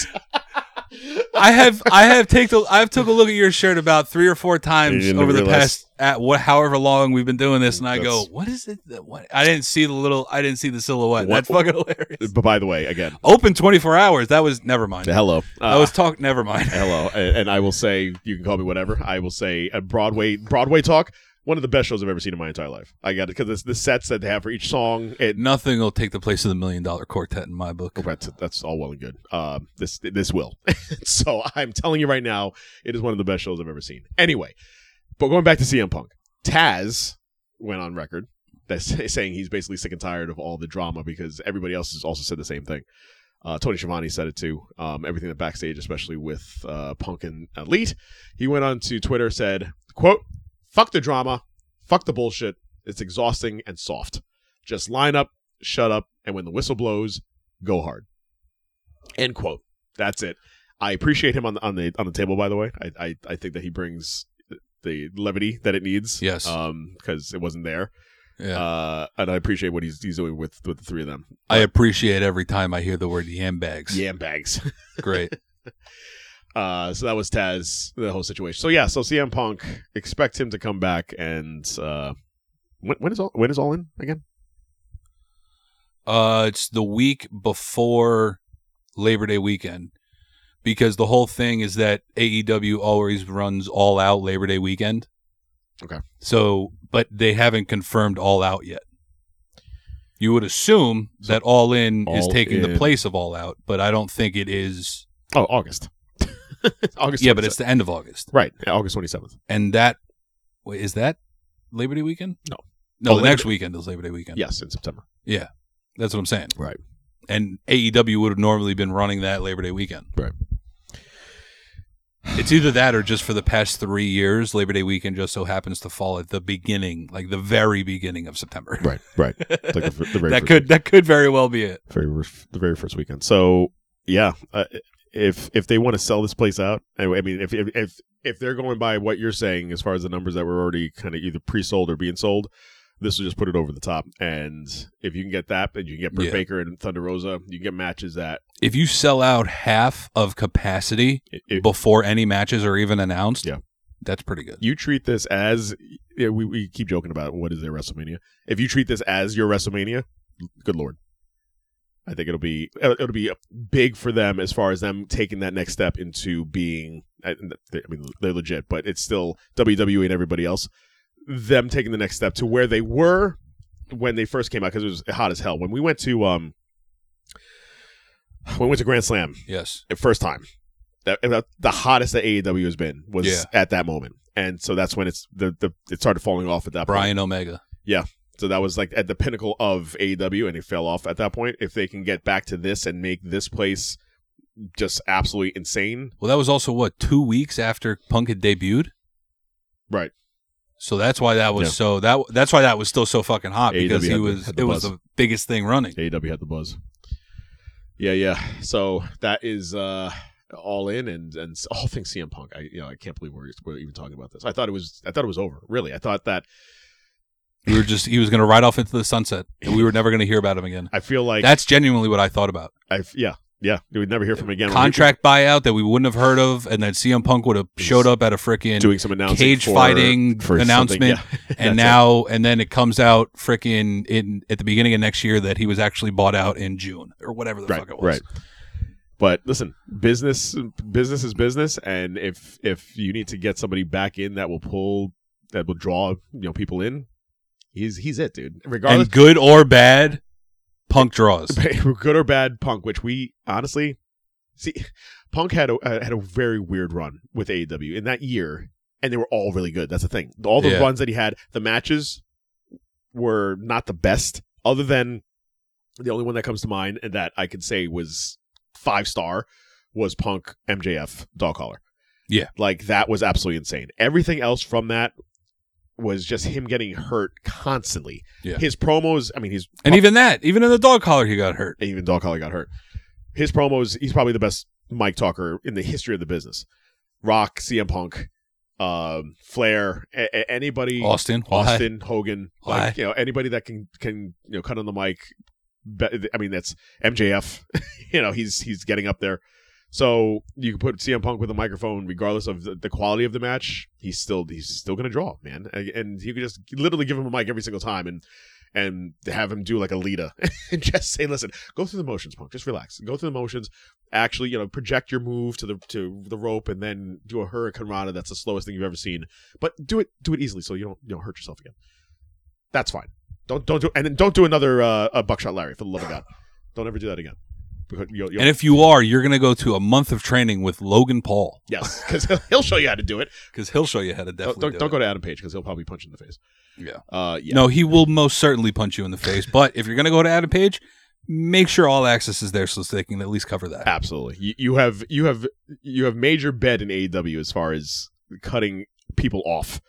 B: I have I have take a, I've took a look at your shirt about three or four times
A: You didn't
B: over the
A: realize-
B: past at what however long we've been doing this, and I go,
A: That's-
B: what is it? That, what I didn't see the little. I didn't see the silhouette.
A: What-
B: That's fucking hilarious.
A: but by the way, again,
B: Open twenty four hours. That was never mind.
A: hello.
B: I was talk. Never mind.
A: hello. And, and I will say, you can call me whatever. I will say, a Broadway Broadway talk, one of the best shows I've ever seen in my entire life. I got it. Because the sets that they have for each song, it,
B: Nothing will take the place of the Million Dollar Quartet in my book.
A: That's, that's all well and good. Um, this this will. so I'm telling you right now, it is one of the best shows I've ever seen. Anyway, but going back to CM Punk, Taz went on record that's saying he's basically sick and tired of all the drama because everybody else has also said the same thing. Uh, Tony Schiavone said it too. Um, everything that backstage, especially with uh, Punk and Elite, he went on to Twitter said, "quote Fuck the drama, fuck the bullshit. It's exhausting and soft. Just line up, shut up, and when the whistle blows, go hard. End quote. That's it. I appreciate him on the on the on the table. By the way, I I, I think that he brings the levity that it needs.
B: Yes.
A: Um, because it wasn't there.
B: Yeah.
A: Uh, and I appreciate what he's he's doing with with the three of them.
B: I appreciate every time I hear the word yambags.
A: Yam bags.
B: Great.
A: Uh, so that was Taz, the whole situation. So yeah, so CM Punk expect him to come back, and uh, when, when is all when is all in again?
B: Uh, it's the week before Labor Day weekend because the whole thing is that AEW always runs all out Labor Day weekend.
A: Okay.
B: So, but they haven't confirmed all out yet. You would assume that all in is
A: All
B: taking
A: In.
B: the place of all out, but I don't think it is.
A: Oh, August. August.
B: Yeah, but
A: 27th.
B: it's the end of August.
A: right. yeah, August twenty seventh.
B: And that wait, is that Labor Day weekend?
A: No.
B: No,
A: Oh,
B: the
A: Labor
B: next
A: Day-
B: weekend is Labor Day weekend.
A: Yes, in September.
B: Yeah. That's what I'm saying.
A: Right.
B: And AEW would have normally been running that Labor Day weekend.
A: Right.
B: It's either that or just for the past three years, Labor Day weekend just so happens to fall at the beginning, like the very beginning of September.
A: Right. Right. It's like the, fir- the very
B: that
A: first
B: could that could very well be it.
A: very ref- the very first weekend. So yeah, uh, if if they want to sell this place out, I, I mean, if, if if if they're going by what you're saying as far as the numbers that were already kind of either pre-sold or being sold, this will just put it over the top. And if you can get that, and you can get Britt
B: Yeah.
A: Baker and Thunder Rosa, you can get matches that
B: If you sell out half of capacity
A: i- if
B: before any matches are even announced,
A: Yeah.
B: that's pretty good.
A: you treat this as yeah, we we keep joking about what is their WrestleMania. If you treat this as your WrestleMania, good lord. I think it'll be it'll it'll be big for them as far as them taking that next step into being. I, I mean, they're legit, but it's still WWE and everybody else. Them taking the next step to where they were when they first came out because it was hot as hell. When we went to um, when we went to Grand Slam,
B: Yes.
A: the first time. That, that- the hottest that AEW has been was
B: Yeah.
A: at that moment, and so that's when it's the, the it started falling off at that point.
B: Brian Omega.
A: So that was like at the pinnacle of AEW, and it fell off at that point. If they can get back to this and make this place just absolutely insane,
B: Well, that was also what two weeks after Punk had debuted,
A: right?
B: so that's why that was
A: Yeah.
B: so that that's why that was still so fucking hot
A: AEW
B: because he
A: had the-
B: was
A: had
B: it
A: the
B: was
A: buzz. E
B: the biggest thing running.
A: AEW had the buzz. Yeah, yeah. So that is uh all in and and all things CM Punk. I you know I can't believe we're, we're even talking about this. I thought it was I thought it was over. Really, I thought that
B: We were just he was going to ride off into the sunset, and we were never going to hear about him again.
A: I feel like
B: That's genuinely what I thought about.
A: I yeah yeah we would never hear from him again.
B: Contract buyout that we wouldn't have heard of, and then CM Punk would have showed up at a frickin'
A: doing some announcing
B: cage
A: for-
B: fighting
A: for something.
B: announcement,
A: Yeah. That's
B: and now and then it comes out frickin' in at the beginning of next year that he was actually bought out in June or whatever the
A: right,
B: fuck it was.
A: right. But listen, business business is business, and if if you need to get somebody back in that will pull that will draw you know people in, he's he's it, dude. Regardless,
B: And good or bad, Punk draws.
A: good or bad, Punk, which we honestly see, Punk had a uh, had a very weird run with AEW in that year, and they were all really good. That's the thing. All the
B: Yeah.
A: runs that he had, the matches were not the best, other than the only one that comes to mind and that I could say was five star was Punk MJF dog collar.
B: Yeah.
A: like that was absolutely insane. Everything else from that was just him getting hurt constantly.
B: Yeah.
A: His promos, I mean, he's
B: And even that, even in the dog collar, he got hurt.
A: and even Dog Collar got hurt. His promos, he's probably the best mic talker in the history of the business. Rock, CM Punk, um, Flair, a- a- anybody,
B: Austin, why?
A: Austin, Hogan,
B: Why?
A: like you know anybody that can can you know cut on the mic. Be- I mean, that's MJF. you know, he's he's getting up there. So you can put CM Punk with a microphone, regardless of the, the quality of the match. He's still he's still gonna draw, man. And, and you can just literally give him a mic every single time and and have him do like a Lita and just say, listen, go through the motions, Punk. Just relax. Go through the motions. Actually, you know, project your move to the to the rope and then do a Hurricane Rana. That's the slowest thing you've ever seen. But do it do it easily so you don't you don't hurt yourself again. That's fine. Don't don't do and then don't do another uh, a buckshot Larry for the love of God. Don't ever do that again. Because you'll- you'll-
B: And if you are, you're going to go to a month of training with Logan Paul
A: Yes, because he'll, he'll show you how to do it.
B: because he'll show you how to
A: Don't,
B: definitely
A: don't,
B: do
A: don't
B: it.
A: go to Adam Page because he'll probably punch you in the face.
B: Yeah.
A: Uh, yeah.
B: No, he will most certainly punch you in the face. But if you're going to go to Adam Page, make sure all access is there so they can at least cover that.
A: absolutely. You, you have you have you have made your bed in AEW as far as cutting people off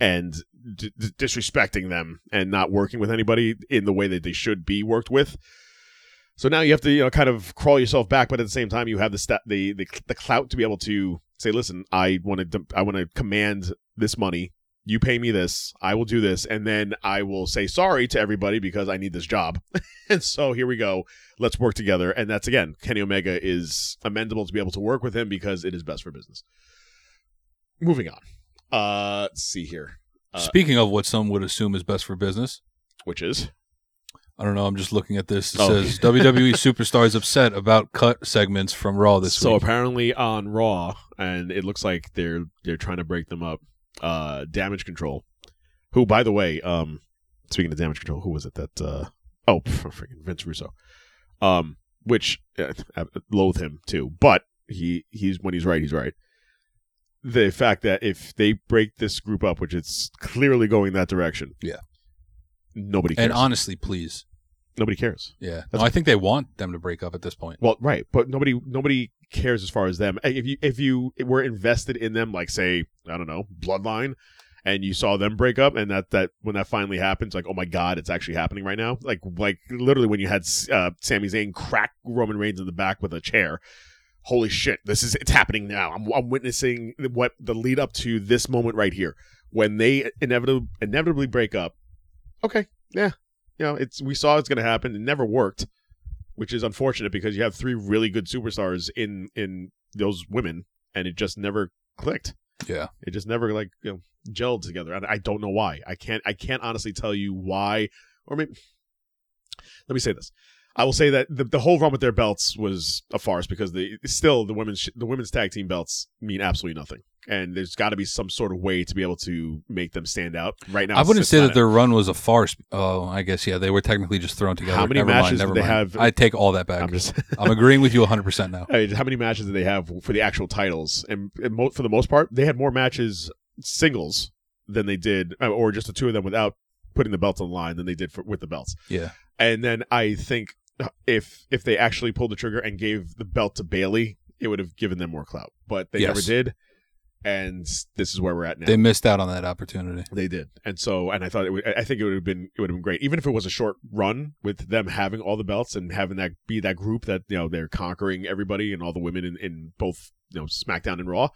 A: and d- d- disrespecting them and not working with anybody in the way that they should be worked with. So now you have to you know kind of crawl yourself back, but at the same time you have the sta the, the the clout to be able to say, listen, I want to I want to command this money. you pay me this, I will do this, and then I will say sorry to everybody because I need this job. and so here we go. Let's work together. And that's again, Kenny Omega is amendable to be able to work with him because it is best for business. Moving on. Uh let's see here. Uh,
B: Speaking of what some would assume is best for business,
A: Which is
B: I don't know. I'm just looking at this. It
A: Oh.
B: says WWE superstars upset about cut segments from Raw this
A: so
B: week.
A: apparently on Raw, and it looks like they're they're trying to break them up. Uh damage control. Who, by the way, um speaking of damage control, who was it that uh oh freaking Vince Russo. Um which uh, I loathe him too, but he he's when he's right, he's right. The fact that if they break this group up, which it's clearly going that direction.
B: Yeah.
A: Nobody cares.
B: And honestly, please,
A: nobody cares.
B: yeah, no, I think they want them to break up at this point.
A: Well, right, but nobody nobody cares as far as them. If you if you were invested in them, like say I don't know Bloodline, and you saw them break up, and that that when that finally happens, like oh my god, it's actually happening right now. Like like literally when you had uh, Sami Zayn crack Roman Reigns in the back with a chair. Holy shit! This is it's happening now. I'm I'm witnessing what the lead up to this moment right here when they inevitably inevitably break up. Okay, yeah, you know it's we saw it's gonna happen. It never worked which is unfortunate because you have three really good superstars in in those women, and it just never clicked.
B: Yeah.
A: It just never like you know, gelled together, and I don't know why. I can't I can't honestly tell you why, or maybe let me say this. I will say that the, the whole run with their belts was a farce because the still the women's the women's tag team belts mean absolutely nothing, and there's got to be some sort of way to be able to make them stand out. Right now,
B: I wouldn't
A: it's
B: say
A: not
B: that
A: it.
B: their run was a farce. Oh, I guess yeah, they were technically just thrown together.
A: How many
B: never mind,
A: matches
B: never
A: did they
B: mind.
A: have?
B: I take all that back.
A: I'm
B: I'm,
A: just
B: agreeing with you 100 percent now.
A: I mean, how many matches did they have for the actual titles? And, and mo- for the most part, they had more matches singles than they did, uh, or just the two of them without putting the belts on the line than they did for, with the belts.
B: Yeah,
A: And then I think uh, if if they actually pulled the trigger and gave the belt to Bailey, it would have given them more clout. But they never
B: Yes.
A: did, and this is where we're at now.
B: they missed out on that opportunity.
A: They did, and so, and I thought it would. I think it would have been it would have been great, even if it was a short run with them having all the belts and having that be that group that you know they're conquering everybody and all the women in, in both you know SmackDown and Raw.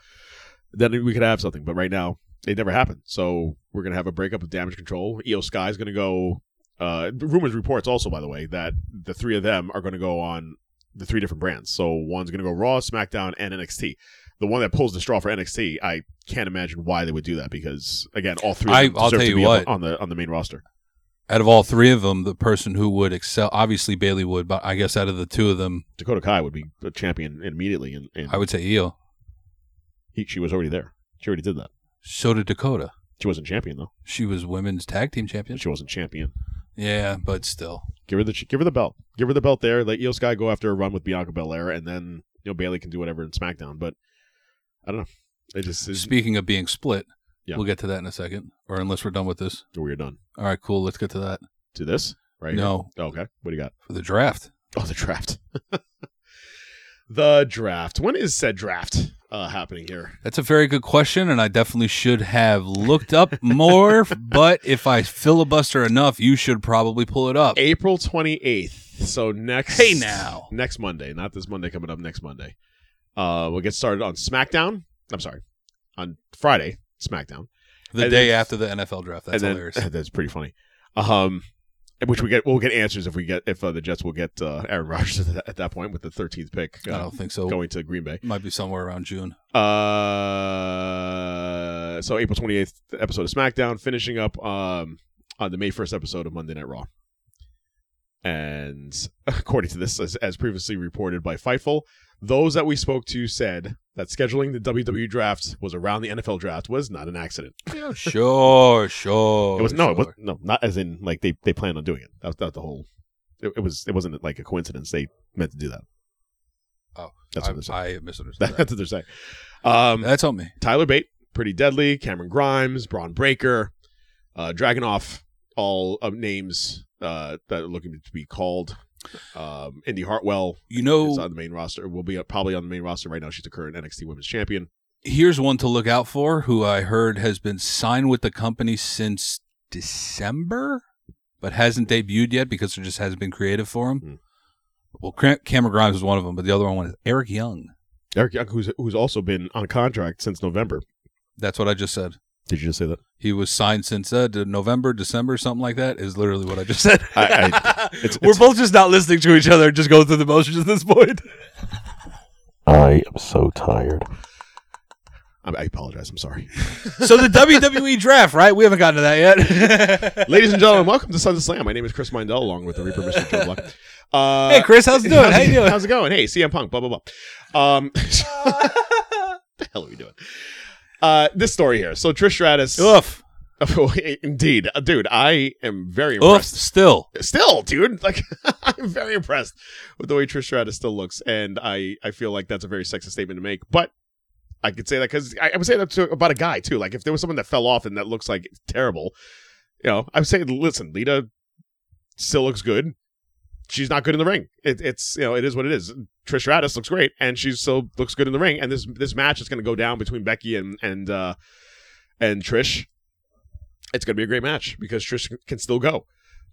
A: Then we could have something, but right now it never happened. So we're gonna have a breakup of Damage Control. Io Sky is gonna go. Uh, rumors reports also, by the way, that the three of them are gonna go on the three different brands. So one's gonna go Raw, SmackDown, and NXT. The one that pulls the straw for NXT, I can't imagine why they would do that because again, all three of
B: I-
A: them
B: I'll
A: deserve
B: tell
A: to
B: you
A: be
B: what.
A: Up on the on the main roster.
B: Out of all three of them, the person who would excel, obviously Bailey would, but I guess out of the two of them,
A: Dakota Kai would be the champion immediately, and, and
B: I would say Io.
A: he, she was already there. She already did that.
B: So did Dakota.
A: She wasn't champion though.
B: She was women's tag team champion.
A: She wasn't champion.
B: Yeah, but still,
A: Give her the give her the belt. Give her the belt there. Let Io Sky go after a run with Bianca Belair, and then you know Bailey can do whatever in SmackDown. But I don't know. It just is
B: Speaking of being split,
A: Yeah.
B: we'll get to that in a second, or unless we're done with this.
A: we're done.
B: All right, cool. Let's get to that
A: To this right?
B: No.
A: here? Oh, okay. What do you got?
B: for the draft.
A: Oh, the draft. the draft. When is said draft uh, happening here?
B: That's a very good question, and I definitely should have looked up more. but if I filibuster enough, you should probably pull it up.
A: April 28th. So next
B: Hey, now.
A: Next Monday, not this Monday coming up next Monday. Uh we'll get started on SmackDown. I'm sorry. On Friday, SmackDown.
B: The
A: and
B: day
A: then-
B: after the NFL draft. That's
A: and then,
B: hilarious.
A: That's pretty funny. Um which we get we'll get answers if we get if uh, the Jets will get uh, Aaron Rodgers at that, at that point with the 13th pick
B: I
A: uh,
B: don't think so.
A: going to Green Bay.
B: Might be somewhere around June.
A: Uh, so April 28th episode of SmackDown, finishing up um, on the May 1st episode of Monday Night Raw. And according to this, as, as previously reported by Fightful, those that we spoke to said that scheduling the WWE draft was around the NFL draft was not an accident.
B: sure, sure.
A: it was no, it was
B: Oh, sure.
A: no, not as in like they they planned on doing it. That was not the whole. It, it was it wasn't like a coincidence. They meant to do that.
B: Oh,
A: that's what they're saying.
B: I, I misunderstood.
A: That's
B: that.
A: what they're saying. Um,
B: That's on me.
A: Tyler Bate, Pretty Deadly, Cameron Grimes, Braun Breaker, uh, Dragonoff, all uh, names uh, that are looking to be called. Um, Indy Hartwell
B: You
A: is
B: know,
A: on the main roster. Will be uh, probably on the main roster right now. She's the current NXT Women's Champion.
B: here's one to look out for who I heard has been signed with the company since December, but hasn't debuted yet because there just hasn't been creative for him.
A: Hmm.
B: Well, Cam- Cameron Grimes is one of them, but the other one is Eric Young.
A: Eric Young, who's who's also been on contract since November.
B: That's what I just said.
A: Did you just say that?
B: He was signed since uh, de- November, December, something like that. Is literally what I just said.
A: I, I, it's,
B: We're
A: it's-
B: both just not listening to each other, just going through the motions at this point.
C: I am so tired.
A: I I apologize. I'm sorry.
B: so the WWE draft, right? We haven't gotten to that yet.
A: Ladies and gentlemen, welcome to Sons of Slam. My name is Chris Mindell, along with the Reaper, Mr. Joe Block. Uh,
B: hey, Chris, how's it doing? How you doing?
A: How's it going? Hey, CM Punk, blah, blah, blah. Um, the hell are you doing? Uh, this story here. So Trish Stratus.
B: Oof,
A: Indeed. Uh, Dude, I am very
B: oof,
A: impressed.
B: still.
A: Still, dude. Like, I'm very impressed with the way Trish Stratus still looks. And I, I feel like that's a very sexist statement to make. But I could say that because I, I would say that to, about a guy, too. Like, if there was someone that fell off and that looks like terrible, you know, I would say, listen, Lita still looks good. She's not good in the ring. It, it's you know it is what it is. Trish Stratus looks great, and she still looks good in the ring. And this this match is going to go down between Becky and and uh, and Trish. It's going to be a great match because Trish can still go.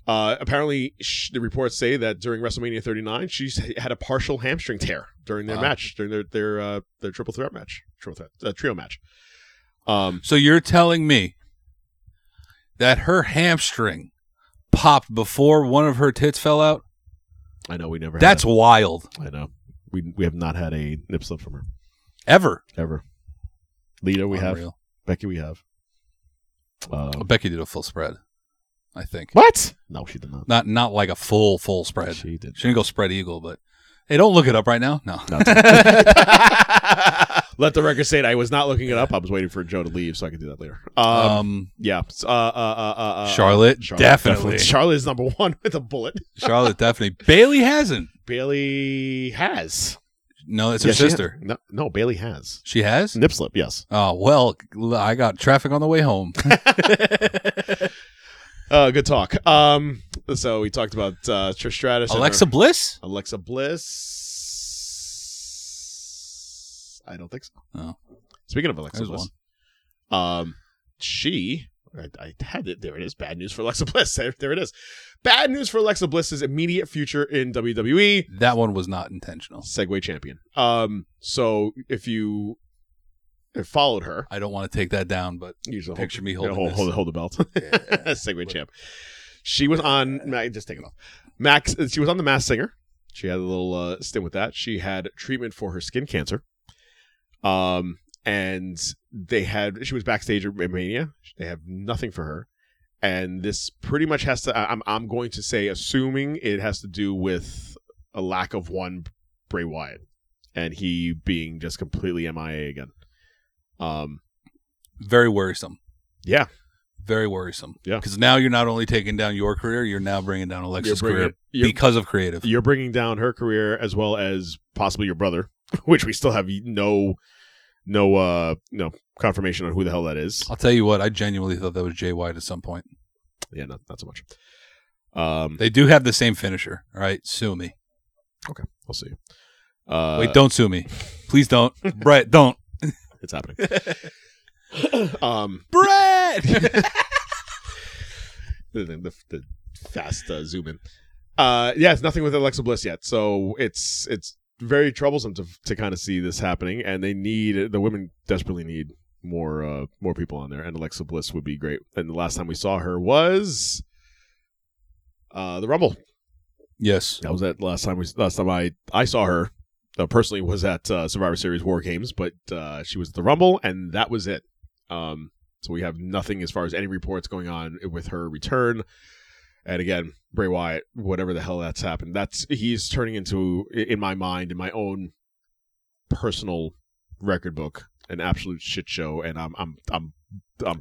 A: Uh, apparently, sh- the reports say that during WrestleMania 39, she's had a partial hamstring tear during their
B: Wow.
A: match, during their their uh, their triple threat match, triple threat uh, trio match. Um,
B: So you're telling me that her hamstring popped before one of her tits fell out?
A: I know we never. had
B: That's wild.
A: I know. We we have not had a nip slip from her
B: Ever.
A: ever. Lita, we have
B: Unreal.
A: Becky, we have. Uh,
B: Becky did a full spread, I think.
A: what? No, she did not.
B: Not not like a full full spread. She,
A: She did.
B: didn't go spread eagle, but hey, don't look it up right now. No,
A: Let the record say it. I was not looking it up. I was waiting for Joe to leave so I could do that later. Um,
B: um,
A: yeah. S- Uh, uh, uh, uh, uh,
B: Charlotte, definitely.
A: Charlotte is number one with a bullet.
B: Charlotte definitely. Bailey hasn't.
A: Bailey has.
B: No, it's her
A: Yes, she
B: sister.
A: has. No, no, Bailey has.
B: She has.
A: Nip slip, yes.
B: Oh well, I got traffic on the way home.
A: Uh, good talk. Um, so we talked about uh, Trish Stratus. and her-
B: Alexa Bliss.
A: Alexa Bliss. I don't think so.
B: Oh.
A: Speaking of Alexa
B: There's
A: Bliss, um, she. I, I had it. There it is. Bad news for Alexa Bliss. There, there it is. Bad news for Alexa Bliss's immediate future in WWE.
B: That one was not intentional.
A: Segway champion. Um, so if you have followed her,
B: I don't want to take that down, but
A: usually
B: Picture me
A: hold,
B: holding
A: hold,
B: this.
A: hold, hold the belt. Segway champ. She was on. Ma- Just take it off. Max. uh, She was on the Mass Singer. She had a little uh, stint with that. She had treatment for her skin cancer. Um, and they had. She was backstage at Mania. They have nothing for her, and this pretty much has to. I- I'm. I'm going to say, assuming it has to do with a lack of one Bray Wyatt, and he being just completely MIA again. Um.
B: very worrisome.
A: Yeah.
B: Very worrisome.
A: Yeah.
B: Because now you're not only taking down your career, you're now bringing down
A: You're
B: Alexa's
A: bringing-
B: career
A: you're-
B: because of creative.
A: you're bringing down her career as well as possibly your brother, which we still have no, no, uh, no confirmation on who the hell that is.
B: I'll tell you what, I genuinely thought that was Jay White at some point.
A: Yeah, not, not so much. Um,
B: They do have the same finisher. All right, sue me.
A: we'll see. Uh,
B: Wait, don't sue me. Please don't. Brett, don't.
A: it's happening. um,
B: Brett!
A: the, the, the fast uh, zoom in. Uh, yeah, it's nothing with Alexa Bliss yet, so it's it's very troublesome to to kind of see this happening, and they need the women desperately need more uh more people on there, and Alexa Bliss would be great. And the last time we saw her was uh the Rumble.
B: yes.
A: That was that last time we last time I I saw her uh, personally was at uh, Survivor Series War Games, but uh, she was at the Rumble, and that was it. Um, so we have nothing as far as any reports going on with her return. And again, Bray Wyatt, whatever the hell that's happened, that's he's turning into i- in my mind, in my own personal record book, an absolute shit show, and I'm I'm I'm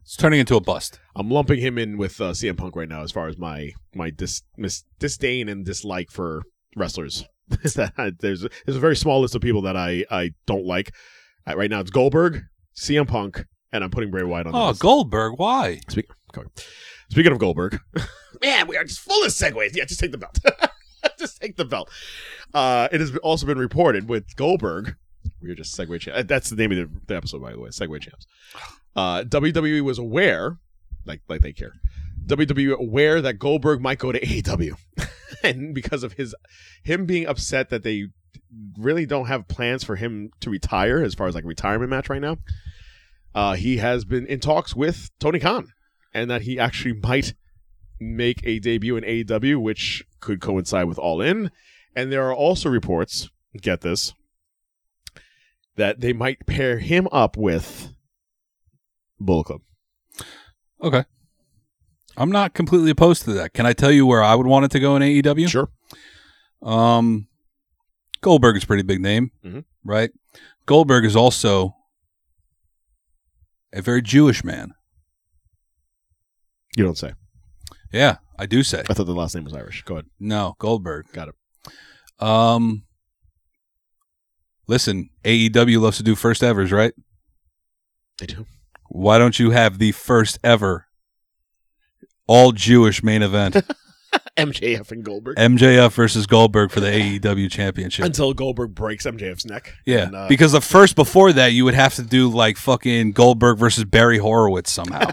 B: It's turning into a bust.
A: I'm lumping him in with uh, CM Punk right now as far as my my dis- mis- disdain and dislike for wrestlers. Is that I- there's there's a very small list of people that I I don't like. Uh, right now it's Goldberg, CM Punk, and I'm putting Bray Wyatt on. the
B: Oh,
A: list.
B: Goldberg, why?
A: Speaking of Goldberg, man, we are just full of segues. Yeah, just take the belt. just take the belt. Uh, it has also been reported with Goldberg. We are just segue champs. That's the name of the, the episode, by the way. Segue champs. Uh, WWE was aware, like like they care. WWE aware that Goldberg might go to AEW, and because of his him being upset that they really don't have plans for him to retire, as far as like retirement match right now. uh, he has been in talks with Tony Khan, and that he actually might make a debut in AEW, which could coincide with All In. And there are also reports, get this, that they might pair him up with Bullet Club.
B: Okay. I'm not completely opposed to that. Can I tell you where I would want it to go in E AEW?
A: Sure.
B: Um, Goldberg is a pretty big name,
A: Mhm.
B: right? Goldberg is also a very Jewish man.
A: You don't say.
B: Yeah, I do say.
A: I thought the last name was Irish. Go ahead.
B: No, Goldberg.
A: Got it.
B: Um, listen, AEW loves to do first evers, right?
A: They do.
B: Why don't you have the first ever all Jewish main event?
A: MJF and Goldberg.
B: MJF versus Goldberg for the AEW championship.
A: Until Goldberg breaks MJF's neck.
B: Yeah,
A: And, uh,
B: because the first before that, you would have to do like fucking Goldberg versus Barry Horowitz somehow.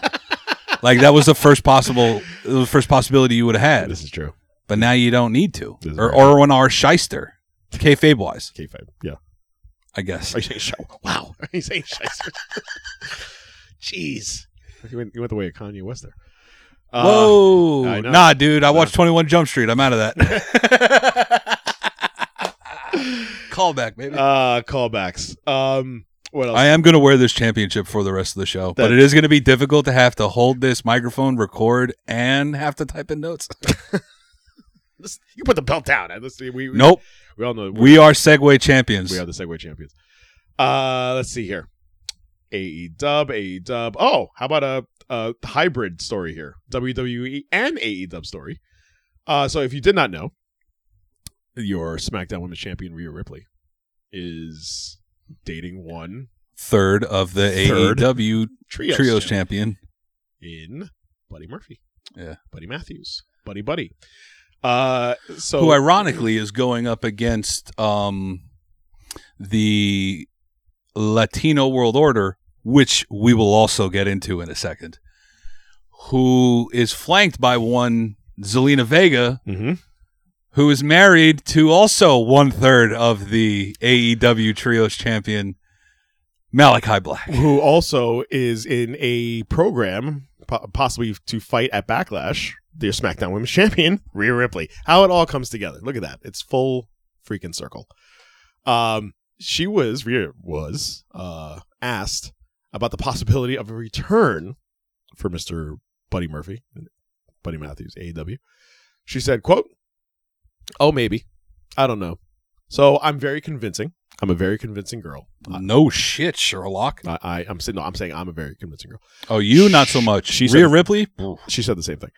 B: like that was the first possible, the first possibility you would have had.
A: this is true.
B: But now you don't need to,
A: This is
B: or
A: right.
B: Orwin R. Shyster, kayfabe wise,
A: K5. Yeah.
B: I guess.
A: Are you saying show? Wow. Are you saying shyster? Jeez. You went, you went the way of Kanye West there. Uh, I
B: Whoa,
A: know. Uh.
B: nah, dude, I watched Twenty One Jump Street. I'm out of that. Callback, baby.
A: Uh, callbacks. Um, what else?
B: I am going to wear this championship for the rest of the show, but
A: That-
B: it is going to be difficult to have to hold this microphone, record, and have to type in notes.
A: This- you put the belt down. and Let's see. We, we-
B: nope.
A: We all know we,
B: We are Segway champions.
A: we are the Segway champions. Uh, let's see here. AE Dub, AE Dub. Oh, how about a, a hybrid story here? WWE and AE Dub story. Uh, so if you did not know, your SmackDown Women's Champion Rhea Ripley is dating one
B: Third of the
A: Third.
B: AEW
A: trios,
B: Trios,
A: champion
B: champion.
A: in Buddy Murphy.
B: Yeah.
A: Buddy Matthews, Buddy Buddy. Uh, so
B: who ironically is going up against um, the Latino World Order, which we will also get into in a second, who is flanked by one Zelina Vega,
A: Mhm.
B: who is married to also one third of the AEW Trios champion, Malachi Black.
A: who also is in a program po- possibly to fight at Backlash, their SmackDown Women's Champion, Rhea Ripley. How it all comes together. Look at that. It's full freaking circle. Um, she was Rhea was uh asked about the possibility of a return for Mr. Buddy Murphy, Buddy Matthews, AEW. She said, "Quote, oh maybe, I don't know. So I'm very convincing. I'm a very convincing girl.
B: No shit, Sherlock.
A: I, I I'm saying no, I'm saying I'm a very convincing girl.
B: Oh, you not so much.
A: She
B: She
A: said-
B: Rhea Ripley.
A: She said the same thing.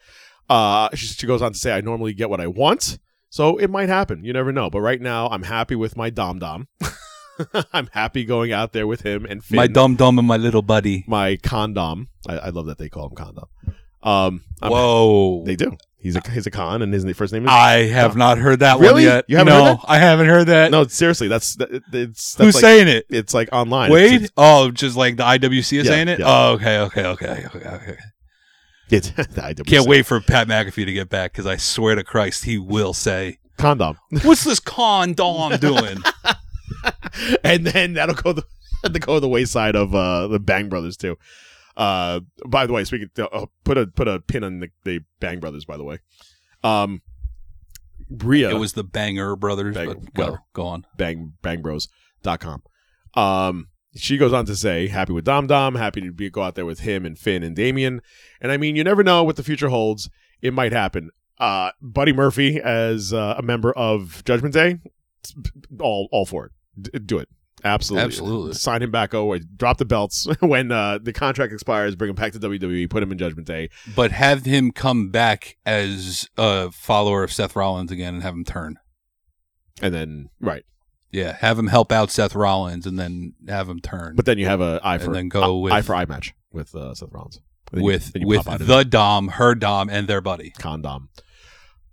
A: Uh, she, she goes on to say, I normally get what I want, so it might happen. You never know. But right now, I'm happy with my dom dom. I'm happy going out there with him and Finn,
B: My dumb dumb and my little buddy.
A: my condom. I, I love that they call him condom. Um, I'm-
B: Whoa.
A: they do. He's a he's a con, and his na- first name is
B: I have not heard that one
A: Really?
B: yet.
A: You haven't
B: no,
A: heard that?
B: I haven't heard that.
A: no. Seriously, that's that, it's that's
B: Who's
A: like,
B: saying it?
A: It's like online.
B: Wade?
A: It's-
B: oh, just like the IWC is
A: Yeah,
B: saying it?
A: yeah.
B: Oh, okay, okay, okay, okay, okay.
A: It's, it's, I don't
B: Can't
A: say.
B: wait for Pat McAfee to get back because I swear to Christ, he will say,
A: Condom,
B: What's this con Dom doing?
A: and then that'll go the that'll go the wayside of uh the Bang Brothers too. Uh, by the way, speaking, uh, put a put a pin on the, the Bang Brothers. By the way, um, Bria
B: It was the Banger Brothers.
A: Bang-
B: but go,
A: whatever.
B: go on.
A: Bang bangbros.com. Um, she goes on to say, happy with Dom Dom, happy to be, go out there with him and Finn and Damien. And I mean, you never know what the future holds. It might happen. Uh, Buddy Murphy as uh, a member of Judgment Day, all all for it. D- do it. Absolutely.
B: Absolutely.
A: Sign him back. Oh, drop the belts when uh, the contract expires. Bring him back to WWE. Put him in Judgment Day.
B: But have him come back as a follower of Seth Rollins again and have him turn.
A: And then, right.
B: Yeah, have him help out Seth Rollins and then have him turn.
A: But then you have a eye
B: And
A: for
B: then go
A: eye-
B: with-
A: eye for eye match with uh, Seth Rollins. Then you-
B: with
A: then you
B: with
A: pop out of it.
B: the Dom, her Dom, and their buddy.
A: condom.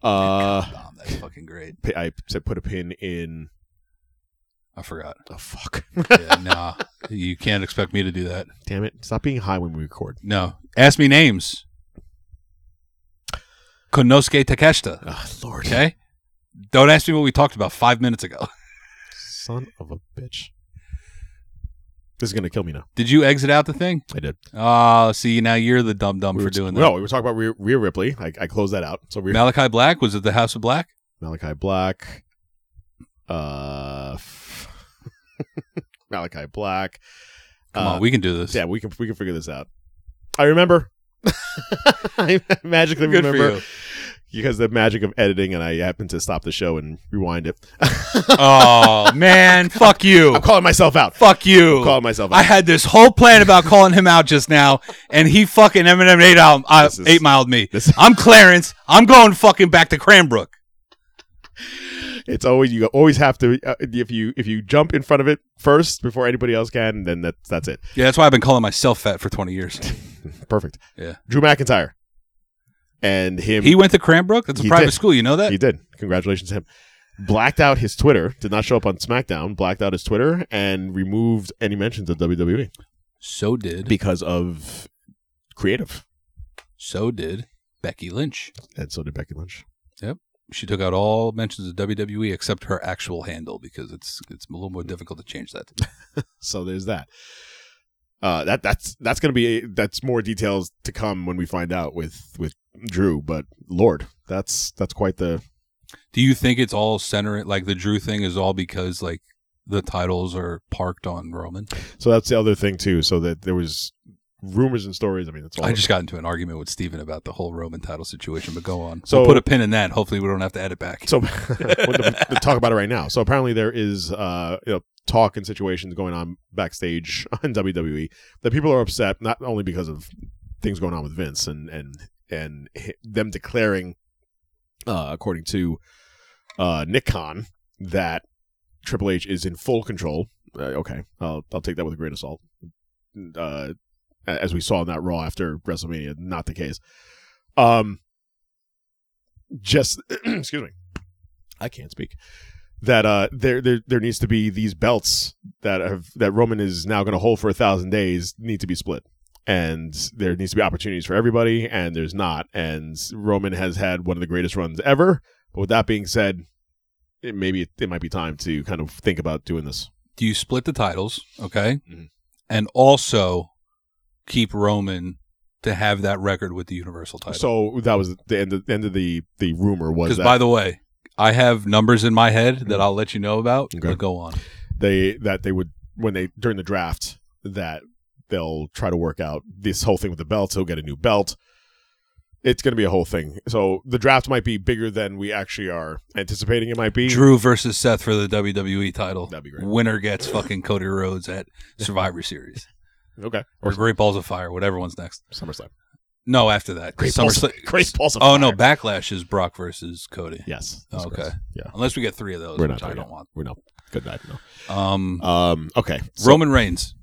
A: Uh,
B: Dom, that's fucking great.
A: pi- I said put a pin in.
B: I forgot.
A: Oh fuck!
B: Yeah, nah, you can't expect me to do that.
A: Damn it! Stop being high when we record.
B: No, ask me names. Konosuke Takeshita.
A: Oh, Lord,
B: Okay, don't ask me what we talked about five minutes ago.
A: son of a bitch. This is gonna kill me now.
B: Did you exit out the thing?
A: I did.
B: Ah, see, now you're the dumb dumb for doing that.
A: No, we were talking about Rhea, Rhea Ripley. I, I closed that out. So Rhea,
B: Malachi Black was it the House of Black?
A: Malachi Black, uh, f- Malachi Black.
B: Come
A: Uh,
B: on, we can do this.
A: yeah, we can we can figure this out. I remember. I magically
B: Good for
A: remember
B: you.
A: because the magic of editing, and I happened to stop the show and rewind it.
B: oh man, fuck you,
A: I'm calling myself out.
B: fuck you.
A: calling myself out.
B: I had this whole plan about calling him out just now, and he fucking Eminem eight out, uh,
A: This is-
B: eight miled me.
A: this-
B: I'm Clarence. I'm going fucking back to Cranbrook.
A: It's always you always have to uh, if you if you jump in front of it first before anybody else can, then that's that's it.
B: Yeah, that's why I've been calling myself fat for 20 years.
A: Perfect.
B: Yeah.
A: Drew McIntyre, and him
B: He went to Cranbrook. That's a
A: He
B: private
A: did.
B: school. You know that?
A: He did. Congratulations to him. Blacked out his Twitter, did not show up on SmackDown, blacked out his Twitter, and removed any mentions of WWE
B: So did.
A: because of creative.
B: so did Becky Lynch.
A: And so did Becky Lynch.
B: She took out all mentions of WWE except her actual handle because it's it's a little more difficult to change that.
A: So there's that. Uh, that that's that's gonna be that's more details to come when we find out with with Drew. But Lord, that's that's quite the
B: Do you think it's all center like the Drew thing is all because like the titles are parked on Roman?
A: so that's the other thing too. So that there was rumors and stories. I mean, that's all.
B: I just got into an argument with Steven about the whole Roman title situation, but go on. So
A: So-
B: we'll put a pin in that. Hopefully, we don't have to add it back.
A: So we'll we'll talk about it right now. So apparently there is uh, you know, talk and situations going on backstage on WWE E that people are upset not only because of things going on with Vince and and and hi- them declaring, uh, according to uh, Nick Khan, that Triple H is in full control. Uh, okay, I'll I'll take that with a grain of salt. Uh, a- as we saw in that Raw after WrestleMania, not the case. Um, just excuse me. I can't speak. That uh, there there there needs to be these belts that have that Roman is now going to hold for a thousand days need to be split, and there needs to be opportunities for everybody, and there's not. And Roman has had one of the greatest runs ever. But with that being said, it, maybe it, it might be time to kind of think about doing this.
B: do you split the titles, okay,
A: Mhm.
B: and also keep Roman to have that record with the Universal title?
A: So that was the end of, end of the the rumor was
B: Because
A: that Mm-hmm.
B: by the way, I have numbers in my head that I'll let you know about.
A: Okay.
B: But go on.
A: they that they would when they during the draft that they'll try to work out this whole thing with the belts. He'll get a new belt. It's going to be a whole thing. So the draft might be bigger than we actually are anticipating. It might be.
B: Drew versus Seth for the WWE title.
A: That'd be great.
B: Winner gets fucking Cody Rhodes at Survivor Series
A: Okay.
B: or
A: Or
B: Great Balls of Fire, whatever one's next.
A: SummerSlam.
B: No, after that, 'cause
A: Great Balls
B: SummerSlam-
A: of- Great Balls of
B: Oh no,
A: Fire.
B: Backlash is Brock versus Cody.
A: Yes.
B: Oh, okay.
A: Yeah.
B: Unless we get three of those,
A: We're
B: which
A: not.
B: I
A: there
B: don't
A: yet.
B: want.
A: We're not. Good night. No.
B: Um,
A: Um. Okay. So-
B: Roman Reigns.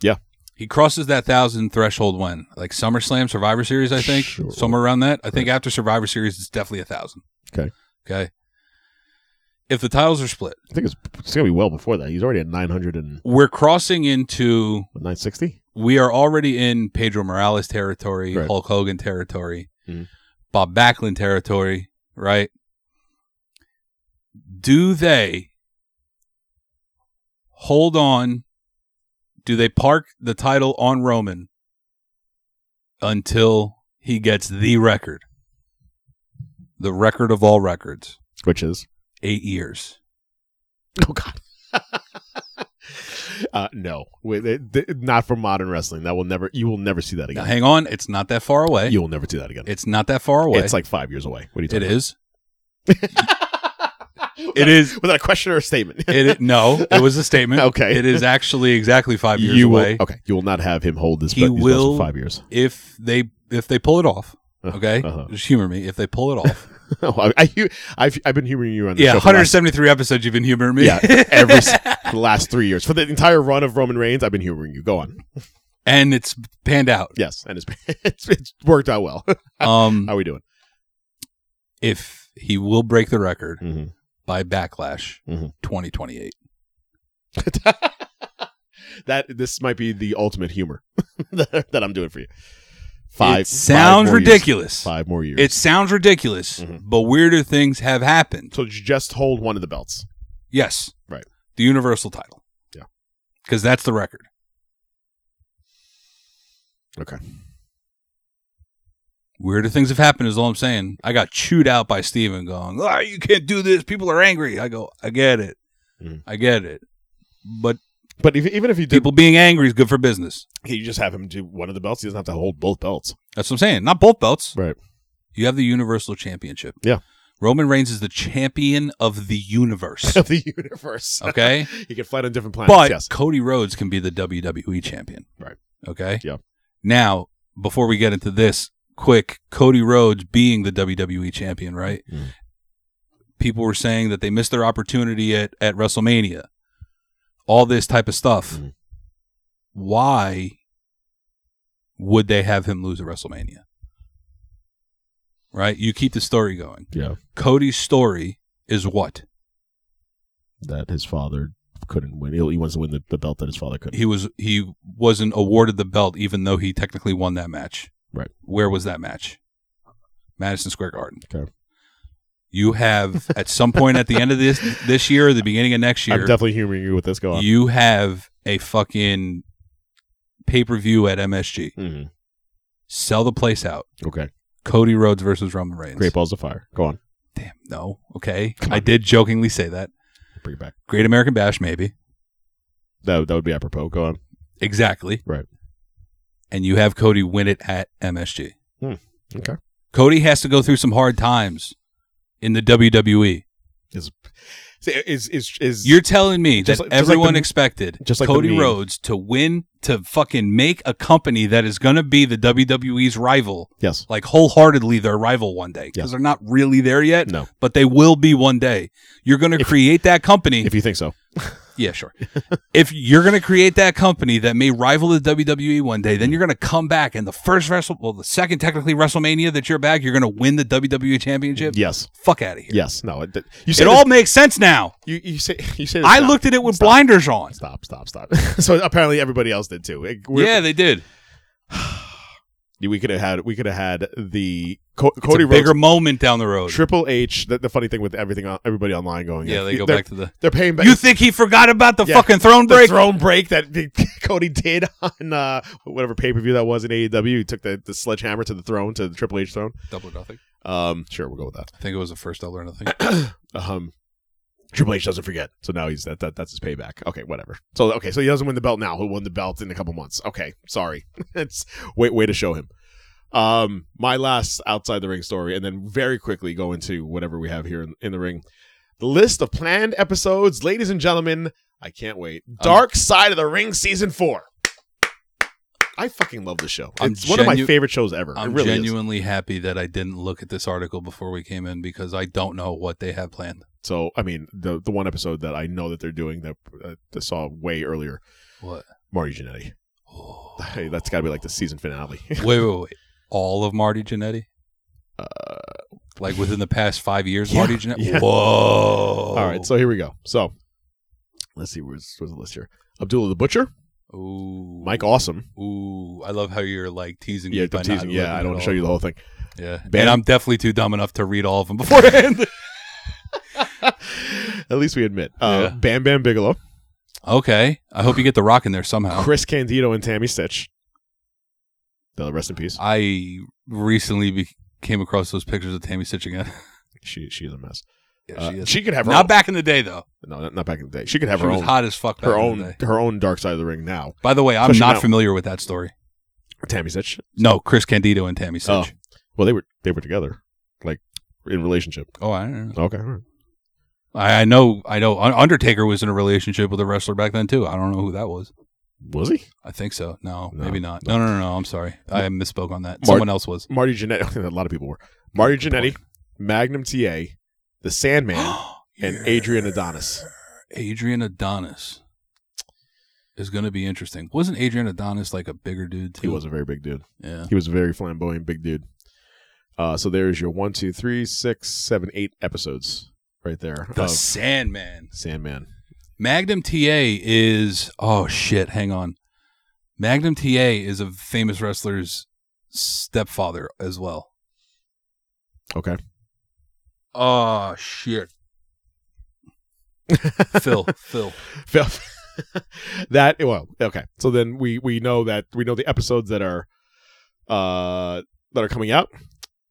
A: Yeah.
B: He crosses that thousand threshold when? Like SummerSlam, Survivor Series, I think.
A: Sure.
B: Somewhere around that. I think after Survivor Series, it's definitely a thousand.
A: Okay.
B: Okay. If the titles are split,
A: I think it's, it's going to be well before that. He's already at nine hundred and
B: we're crossing into
A: nine sixty.
B: we are already in Pedro Morales territory,
A: Right.
B: Hulk Hogan territory,
A: Mhm.
B: Bob Backlund territory, right? Do they hold on? Do they park the title on Roman until he gets the record? The record of all records,
A: Which is.
B: eight years.
A: Oh God. uh, no, Wait, th- th- not for modern wrestling. That will never. You will never see that
B: Now,
A: again.
B: hang on. It's not that far away.
A: You will never do that again.
B: it's not that far away.
A: It's like five years away. What are you
B: it
A: talking
B: is.
A: about?
B: It is.
A: Without a question or a statement.
B: It, it- no, it was a statement.
A: Okay.
B: it is actually exactly five years
A: you
B: away.
A: Will, okay. You will not have him hold this
B: He
A: he will,
B: will-
A: for five years.
B: If they if they pull it off, okay,
A: uh-huh.
B: just humor me. If they pull it off,
A: I, I, hu- I've, I've been humoring you on this
B: yeah,
A: show for the last-
B: 173 episodes you've been humoring me.
A: Yeah, every s- the last three years for the entire run of Roman Reigns, I've been humoring you. Go on.
B: and it's panned out.
A: Yes, and it's it's, it's worked out well.
B: Um,
A: How are we doing?
B: if he will break the record
A: Mhm.
B: by Backlash
A: Mhm.
B: 2028,
A: that this might be the ultimate humor that that I'm doing for you. Five
B: it sounds
A: five more years.
B: ridiculous.
A: Five more years. Mm-hmm.
B: It sounds ridiculous, but weirder things have happened.
A: so just hold one of the belts.
B: Yes,
A: Right.
B: The Universal title.
A: Yeah.
B: because that's the record.
A: Okay.
B: Weirder things have happened is all I'm saying. I got chewed out by Steven going, oh, you can't do this. People are angry. I go, I get it.
A: Mhm.
B: I get it. But
A: But if, even if you did,
B: people being angry is good for business.
A: you just have him do one of the belts. He doesn't have to hold both belts.
B: That's what I'm saying. Not both belts.
A: Right.
B: You have the Universal Championship.
A: Yeah.
B: Roman Reigns is the champion of the universe.
A: Of the universe.
B: Okay.
A: he can fight on different planets.
B: but
A: yes.
B: Cody Rhodes can be the WWE champion.
A: Right.
B: Okay.
A: Yeah.
B: Now, before we get into this, quick Cody Rhodes being the WWE champion, right?
A: Mm.
B: People were saying that they missed their opportunity at, at WrestleMania. All this type of stuff.
A: Mm.
B: Why would they have him lose at WrestleMania? Right? You keep the story going.
A: Yeah.
B: Cody's story is what?
A: That his father couldn't win. He wants to win the, the belt that his father couldn't.
B: he was he wasn't awarded the belt even though he technically won that match.
A: Right.
B: Where was that match? Madison Square Garden.
A: Okay.
B: You have at some point at the end of this this year or the beginning of next
A: I'm
B: year,
A: definitely humoring you with this. Go on.
B: you have a fucking pay-per-view at MSG.
A: Mhm.
B: Sell the place out.
A: Okay.
B: Cody Rhodes versus Roman Reigns.
A: Great balls of fire. Go on.
B: Damn, no. Okay. I did jokingly say that.
A: Bring it back.
B: Great American Bash maybe.
A: That, that would be apropos. Go on.
B: Exactly.
A: Right.
B: And you have Cody win it at MSG.
A: Hmm. Okay.
B: Cody has to go through some hard times in the WWE.
A: Is is is, is
B: You're telling me
A: Just
B: that
A: like- just like
B: everyone
A: the-
B: expected
A: just like the
B: Cody
A: meme.
B: Rhodes to win to fucking make a company that is going to be the WWE's rival,
A: yes.
B: like wholeheartedly their rival one day because
A: Yeah.
B: they're not really there yet,
A: No.
B: but they will be one day. You're going to
A: If-
B: create that company.
A: If you think so.
B: yeah, sure. if you're going to create that company that may rival the WWE one day, then you're going to come back and the first wrestle, well, the second technically WrestleMania that you're back, you're going to win the WWE championship.
A: Yes.
B: Fuck out of here.
A: Yes. No. It, you say
B: It
A: this-
B: all makes sense now.
A: You you say you say. this
B: I
A: now.
B: looked at it with
A: Stop.
B: blinders on.
A: Stop. Stop. Stop. so apparently everybody else did too. Like, we're-
B: yeah, they did.
A: We could have had. We could have had the Co-
B: It's
A: Cody
B: a bigger
A: Rhodes.
B: moment down the road.
A: Triple H. The, the funny thing with everything, on, everybody online going. uh,
B: Yeah, they go
A: they're-
B: back to the.
A: They're paying back.
B: You think he forgot about the
A: Yeah,
B: fucking throne
A: the
B: break?
A: throne break that the- Cody did on uh, whatever pay per view that was in AEW. He took the, the sledgehammer to the throne to the Triple H throne.
B: Double or nothing.
A: Um, sure, we'll go with that.
B: I think it was the first double or nothing.
A: um Triple H doesn't forget. So now he's that, that that's his payback. Okay, whatever. So okay, so he doesn't win the belt now. He'll win the belt in a couple months. Okay, sorry. it's wait way to show him. Um my last outside the ring story and then very quickly go into whatever we have here in, in the ring. The list of planned episodes, ladies and gentlemen, I can't wait. Dark Side of the Ring season 4. I fucking love this show.
B: I'm
A: it's one of my
B: genu-
A: favorite shows ever.
B: I'm
A: it really is.
B: genuinely happy that I didn't look at this article before we came in because I don't know what they have planned.
A: So I mean, the the one episode that I know that they're doing that uh, I saw way earlier,
B: What? Oh.
A: Marty Jannetty. Hey, that's got to be like the season finale.
B: Wait, wait, wait. All of Marty Jannetty? like within the past five years,
A: Uh, Yeah,
B: Marty Jannetty?
A: yeah.
B: Whoa. All
A: All right, so here we go. So let's see where's where's the list here. Abdullah the Butcher,
B: Ooh.
A: Mike Awesome.
B: Ooh, I love how you're like teasing
A: Yeah,
B: me.
A: I'm
B: by not
A: teasing.
B: looking
A: Yeah, I
B: at
A: don't want
B: all
A: to show you the
B: of
A: whole thing.
B: them. Yeah,
A: Ben-
B: and I'm definitely too dumb enough to read all of them beforehand.
A: At least we admit. Uh,
B: Yeah.
A: Bam Bam Bigelow,
B: okay, I hope you get the rock in there somehow.
A: Chris Candido, and Tammy Stitch. They'll rest in peace.
B: I recently be- came across those pictures of Tammy Stitch again.
A: She she's a mess.
B: yeah,
A: Uh,
B: she
A: she,
B: is.
A: could have her
B: Not
A: own-
B: back in the day though.
A: No, not, not back in the day. She could have
B: She
A: her
B: was
A: own
B: hot as fuck. Back
A: her
B: in the
A: own
B: day.
A: her own dark side of the ring now.
B: By the way, I'm
A: Especially
B: not
A: now.
B: familiar with that story.
A: Tammy Stitch.
B: No, Chris Candido and Tammy Stitch.
A: Well, they were they were together, like in relationship.
B: Oh, I don't know.
A: Okay, all right.
B: I, I know. I know. Un- Undertaker was in a relationship with a wrestler back then too. I don't know who that was.
A: was he
B: I think so. No,
A: No,
B: maybe not. No, no, no, no. I'm sorry. I misspoke on that.
A: Mart-
B: Someone else was.
A: Marty Jannetty? a lot of people were Marty Jannetty, Magnum TA, the Sandman, and Adrian Adonis.
B: Adrian Adonis is going to be interesting. Wasn't Adrian Adonis like a bigger dude? Too?
A: He was a very big dude.
B: Yeah.
A: He was a very flamboyant big dude. Uh, so there's your one, two, three, six, seven, eight episodes right there.
B: The
A: of
B: Sandman.
A: Sandman.
B: Magnum TA is oh shit. Hang on. Magnum TA is a famous wrestler's stepfather as well.
A: Okay,
B: Oh shit. Phil, Phil.
A: Phil- that well, okay. So then we we know that we know the episodes that are uh, that are coming out.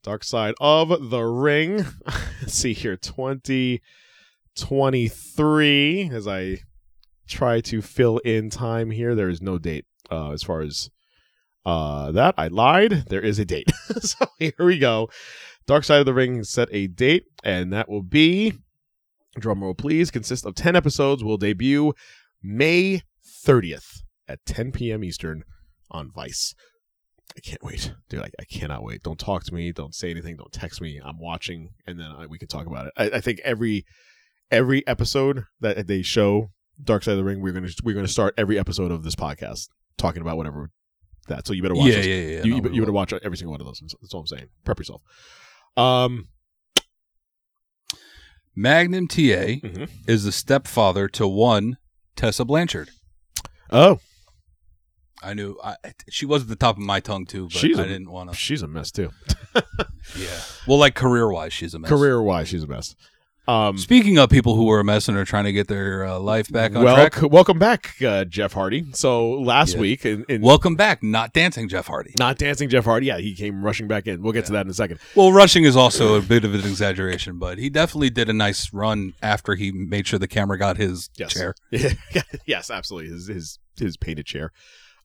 A: Dark Side of the Ring. Let's see here, 2023. As I try to fill in time here, there is no date uh, as far as uh, that. I lied. There is a date. so here we go. Dark Side of the Ring set a date, and that will be, drumroll please, consist of 10 episodes, will debut May 30th at 10 p.m. Eastern on Vice. I can't wait, dude. I, I cannot wait. Don't talk to me. Don't say anything. Don't text me. I'm watching, and then I, we can talk about it. I, I think every every episode that they show Dark Side of the Ring, we're gonna we're gonna start every episode of this podcast talking about whatever that. So you better watch.
B: yeah, yeah,
A: this.
B: yeah, yeah.
A: You,
B: No,
A: you,
B: we
A: you better
B: will.
A: watch every single one of those. That's all I'm saying. Prep yourself. Um,
B: Magnum TA
A: Mhm.
B: is the stepfather to one Tessa Blanchard.
A: oh,
B: I knew I, she was at the top of my tongue too, but
A: She's
B: I
A: a-
B: didn't want to.
A: she's a mess too.
B: Yeah. Well, like career wise, she's a mess.
A: Career wise, she's a mess. Um,
B: Speaking of people who are a mess and are trying to get their uh, life back on
A: well,
B: track,
A: c- welcome back, uh, Jeff Hardy. So last
B: Yeah.
A: week, in, in
B: welcome back. Not dancing, Jeff Hardy.
A: not dancing, Jeff Hardy. Yeah, he came rushing back in. We'll get to that in a second.
B: Well, rushing is also a bit of an exaggeration, but he definitely did a nice run after he made sure the camera got his
A: Yes.
B: chair.
A: yes, absolutely. His his his painted chair.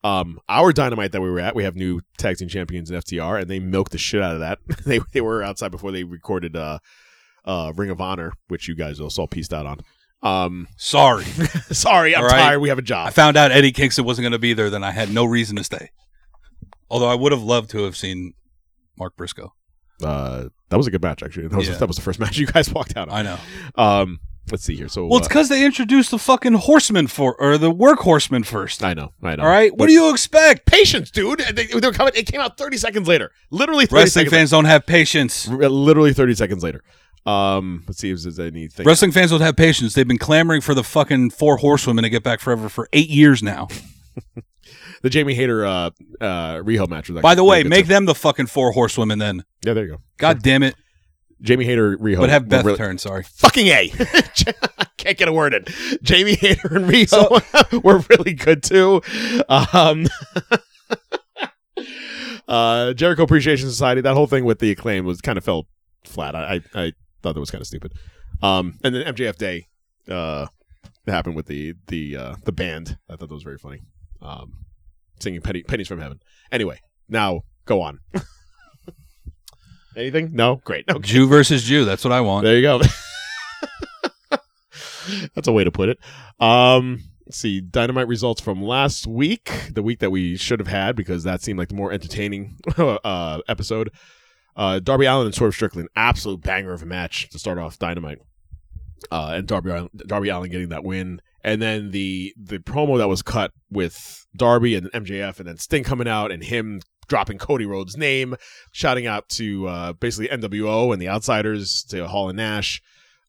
A: Um, our dynamite that we were at, we have new tag team champions in FTR, and they milked the shit out of that. they they were outside before they recorded uh, uh, Ring of Honor, which you guys also pieced out on. Um,
B: Sorry,
A: sorry, I'm
B: All right.
A: tired. We have a
B: I
A: job.
B: found out Eddie Kingston wasn't going to be there, then I had no reason to stay. Although I would have loved to have seen Mark Briscoe.
A: Uh, that was a good match actually. That was
B: Yeah.
A: that was the first match you guys walked out
B: I
A: on.
B: know.
A: Um, let's see here. So
B: Well, it's
A: uh,
B: because they introduced the fucking horseman for or the work horseman first.
A: I know, I know.
B: All right, what
A: But
B: do you expect?
A: Patience, dude. They, they were coming. It came out 30 seconds later. Literally 30
B: Wrestling
A: seconds.
B: fans don't have patience.
A: r- literally 30 seconds later. Um, let's see if there's anything.
B: Wrestling fans don't have patience. They've been clamoring for the fucking four horsewomen to get back forever for eight years now.
A: the Jamie Hayter uh, uh, Riho match. Was
B: By the way,
A: good
B: make
A: too.
B: them the fucking four horsewomen then.
A: yeah, there you go.
B: God damn it.
A: Jamie Hayter Riho,
B: But have Beth
A: Really-
B: turn, sorry.
A: Fucking a, I can't get a word in. Jamie Hayter and Riho were really good too. Um, uh, Jericho Appreciation Society. That whole thing with the acclaim was kind of fell flat. I I, I thought that was kind of stupid. Um, and then MJF Day uh, happened with the the uh, the band. I thought that was very funny. Um, singing Penny, pennies from heaven. Anyway, now go on. Anything? No. Great. Okay.
B: Jew versus Jew. That's what I want.
A: There you go. That's a way to put it. Um, let's see, dynamite results from last week, the week that we should have had because that seemed like the more entertaining uh, episode. Uh, Darby Allen and Swerve Strickland, absolute banger of a match to start off Dynamite, uh, and Darby Allen, Darby Allen getting that win, and then the the promo that was cut with Darby and MJF, and then Sting coming out and him dropping Cody Rhodes' name, shouting out to uh, basically NWO and the Outsiders to Hall and Nash,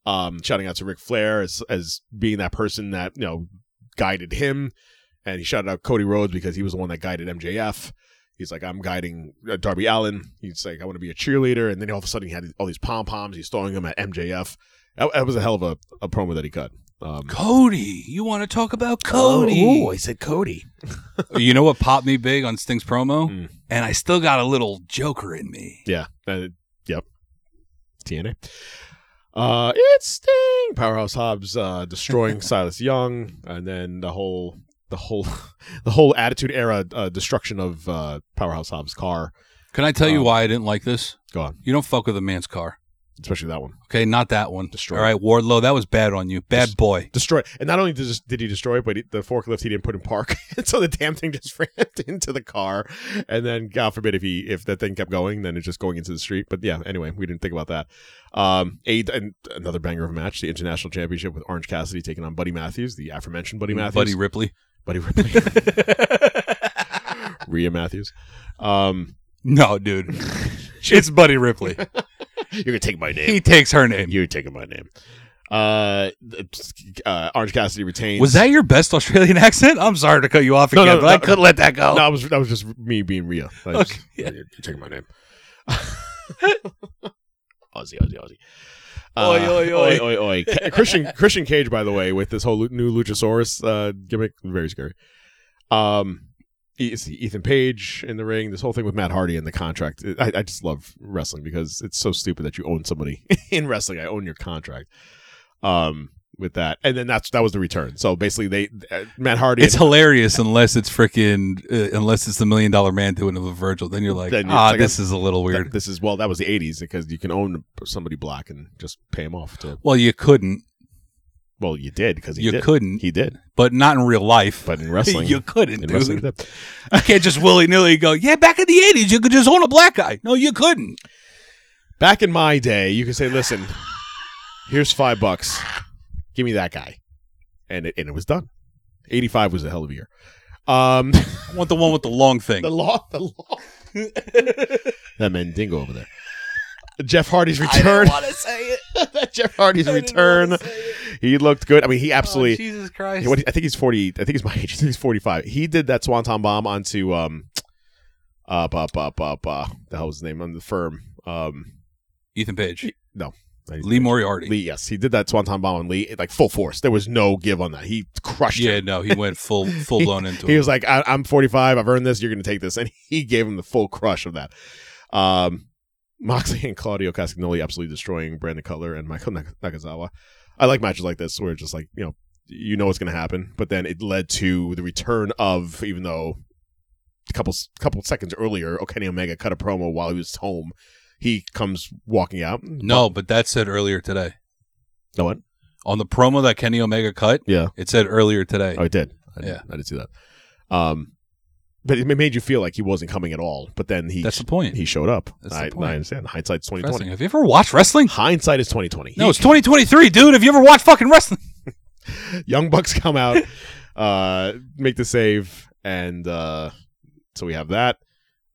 A: um, shouting out to Ric Flair as as being that person that you know guided him, and he shouted out Cody Rhodes because he was the one that guided MJF. He's like, I'm guiding uh, Darby Allen. He's like, I want to be a cheerleader, and then all of a sudden he had all these pom poms. He's throwing them at MJF. That, that was a hell of a, a promo that he cut. Um,
B: Cody. You want to talk about Cody?
A: Oh, I said Cody.
B: you know what popped me big on Sting's promo?
A: Mm.
B: And I still got a little Joker in me.
A: Yeah. Uh, yep. TNA. Uh, it's Sting. Powerhouse Hobbs uh, destroying Silas Young, and then the whole the whole the whole Attitude Era uh, destruction of uh, Powerhouse Hobbs' car.
B: Can I tell you
A: Um,
B: why I didn't like this?
A: Go on,
B: You don't fuck with a man's car.
A: especially that one.
B: Okay, not that one.
A: Destroy.
B: All right, Wardlow, that was bad on you. Bad boy.
A: Destroy, and not only did, did he destroy it, but he, the forklift he didn't put in park, and so the damn thing just ran into the car, and then God forbid if he if that thing kept going, then it's just going into the street. But yeah, anyway, we didn't think about that. Um, a and another banger of a match, the international championship with Orange Cassidy taking on Buddy Matthews, the aforementioned Buddy Matthews,
B: Buddy Ripley.
A: Buddy Ripley, Rhea Matthews. Um,
B: No, dude. it's Buddy Ripley.
A: you're gonna take my name.
B: He takes her name.
A: You're taking my name. Uh, uh, Orange Cassidy retains.
B: Was that your best Australian accent? I'm sorry to cut you off
A: No,
B: again,
A: no,
B: but
A: no.
B: I couldn't let that go.
A: No, that was that was just me being Rhea. That was
B: Okay,
A: just-
B: yeah.
A: you're taking my name. Aussie, Aussie, Aussie.
B: Oi, oi, oi.
A: oi, oi. Ca- Christian Christian Cage, by the way, with this whole lu- new Luchasaurus uh, gimmick, very scary. Um, E- it's Ethan Page in the ring. This whole thing with Matt Hardy and the contract. I, I just love wrestling because it's so stupid that you own somebody in wrestling. I own your contract. Um, with that, and then that's that was the return. So basically, they uh, Matt Hardy.
B: It's
A: and-
B: hilarious unless it's freaking uh, unless it's the million dollar man doing it with Virgil. Then you're like,
A: Then it's
B: ah,
A: like
B: this
A: a-
B: is a little
A: that-
B: weird.
A: this is well, that was the '80s because you can own somebody black and just pay him off to.
B: well, you couldn't,
A: Well, you did because he
B: You
A: did.
B: couldn't.
A: He did,
B: but not in real life.
A: but in wrestling,
B: you couldn't,
A: in
B: dude.
A: wrestling, he did.
B: you can't just willy nilly go. Yeah, back in the '80s, you could just own a black guy. No, you couldn't.
A: Back in my day, you could say, "Listen, here's five bucks. Give me that guy," and it, and it was done. Eighty-five was a hell of a year. Um,
B: I want the one with the long thing.
A: the law, the law. that Mandingo over there. Jeff Hardy's return. I want to say it. that Jeff Hardy's return. He looked good. I mean,
B: Oh,
A: he absolutely.
B: Jesus Christ!
A: What- I think he's forty. I think he's my age. I think he's forty-five. He did that swanton bomb onto um, up, up, up, up. Uh, the hell was his name on the firm? Um,
B: Ethan Page,
A: no,
B: Lee Moriarty.
A: Lee. Yes, he did that swanton bomb on Lee like full force. There was no give on that. He crushed
B: Yeah,
A: him.
B: no, he went full full blown into
A: He
B: it.
A: was like, I- "I'm 45. I've earned this. You're going to take this," and he gave him the full crush of that. Um, Moxley and Claudio Castagnoli absolutely destroying Brandon Cutler and Michael Nak- Nakazawa. I like matches like this where it's just like you know you know what's going to happen, but then it led to the return of even though a couple couple seconds earlier, Kenny Omega cut a promo while he was home. He comes walking out.
B: no, but that said earlier today
A: no one.
B: on the promo that Kenny Omega cut.
A: Yeah.
B: it said earlier today.
A: Oh, it did. I didn't-
B: Yeah.
A: I didn't see that. Um, but it ma- made you feel like he wasn't coming at all. But then he
B: That's the point.
A: he showed up.
B: That's the
A: I,
B: point.
A: I understand. Hindsight's twenty
B: Wrestling.
A: twenty.
B: Have you ever watched wrestling?
A: Hindsight is twenty twenty.
B: No, it's 2023, dude. Have you ever watched fucking wrestling?
A: Young Bucks come out, uh, make the save, and uh, so we have that.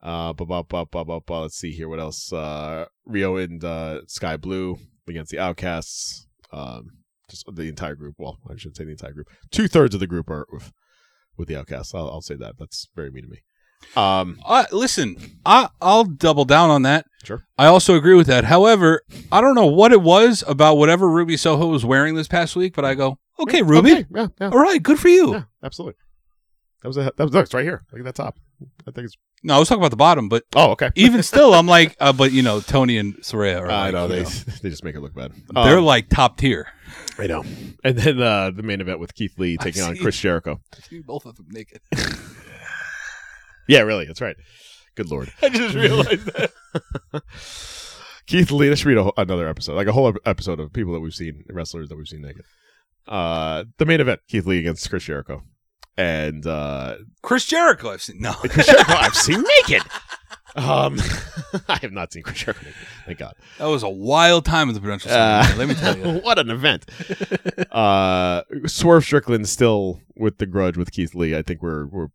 A: Uh, ba ba ba ba ba ba. Let's see here. What else? Uh, Rio and uh, Sky Blue against the Outcasts. Um, just the entire group. Well, I should say the entire group. Two thirds of the group are with, with the Outcasts. I'll, I'll say that. That's very mean to me. Um,
B: Uh, listen, I, I'll double down on that.
A: Sure.
B: I also agree with that. However, I don't know what it was about whatever Ruby Soho was wearing this past week, but I go, okay, Ruby,
A: Okay, Yeah, yeah,
B: all right, good for you.
A: yeah, absolutely. That was a, that was that's right here. Look at that top. I think it's
B: No, I was talking about the bottom, but
A: oh okay.
B: even still, I'm like, uh, but you know, Tony and Soraya are
A: I
B: like,
A: know
B: you
A: they
B: know,
A: they just make it look bad.
B: they're
A: Um,
B: like top tier.
A: I know. And then uh, the main event with Keith Lee
B: I
A: taking on
B: see.
A: Chris Jericho.
B: Both of them naked.
A: Yeah, really, that's right. Good lord.
B: I just realized that.
A: Keith Lee. Let's read a, whole- another episode, like a whole ep- episode of people that we've seen, wrestlers that we've seen naked. Uh, the main event: Keith Lee against Chris Jericho, and uh,
B: Chris Jericho, I've seen. No.
A: Chris Jericho I've seen naked. Um, I have not seen Chris Jericho. Naked, thank God.
B: That was a wild time at the Prudential Center.
A: Uh,
B: let me tell you.
A: what an event. uh, Swerve Strickland still with the grudge with Keith Lee. I think we're we're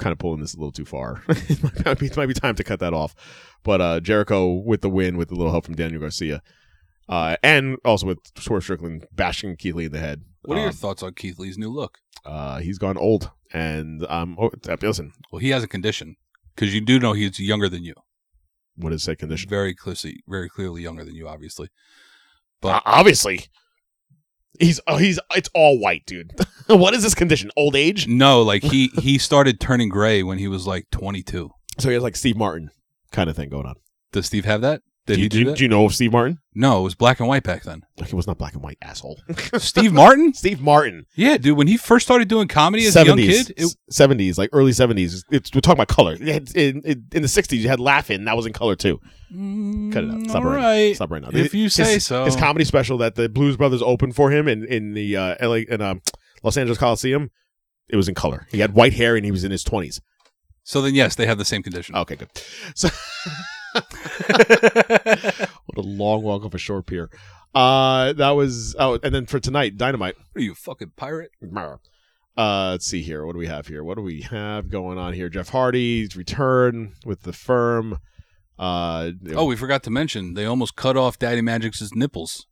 A: kind of pulling this a little too far. it, might, be, it might be time to cut that off. But uh, Jericho with the win with a little help from Daniel Garcia. Uh, and also with Swerve Strickland bashing Keith Lee in the head.
B: What are your
A: Um,
B: thoughts on Keith Lee's new look?
A: uh, he's gone old. And um, oh, listen,
B: Well, he has a condition because you do know he's younger than you.
A: what is that condition?
B: Very closely, very clearly younger than you, obviously.
A: Uh,
B: But
A: obviously. He's oh, he's it's all white, dude. what is this condition? Old age?
B: no, like he he started turning gray when he was like 22.
A: So he has like Steve Martin kind of thing going on.
B: Does Steve have that? Did
A: do,
B: he
A: you,
B: do,
A: do you-
B: that?
A: do you know of Steve Martin?
B: no, it was black and white back then.
A: Like, it was not black and white, asshole.
B: Steve Martin?
A: Steve Martin,
B: Yeah, dude. When he first started doing comedy as a young kid, it,
A: seventies, like early seventies. It's, we're talking about color. It had- in, in- in the sixties, you had Laughing. That was in color too. Cut it out.
B: Mm,
A: Stop
B: all
A: right.
B: right.
A: Stop right now.
B: If you
A: His-
B: say so.
A: His comedy special that the Blues Brothers opened for him in in the uh, LA in um, Los Angeles Coliseum. It was in color. He had white hair and he was in his twenties.
B: so then, yes, they have the same condition.
A: Okay, good. So, what a long walk off a short pier. Uh, that was oh, and then for tonight, Dynamite.
B: What are you, a fucking pirate?
A: Uh, let's see here. What do we have here? What do we have going on here? Jeff Hardy's return with the firm. Uh,
B: Oh, we forgot to mention they almost cut off Daddy Magic's nipples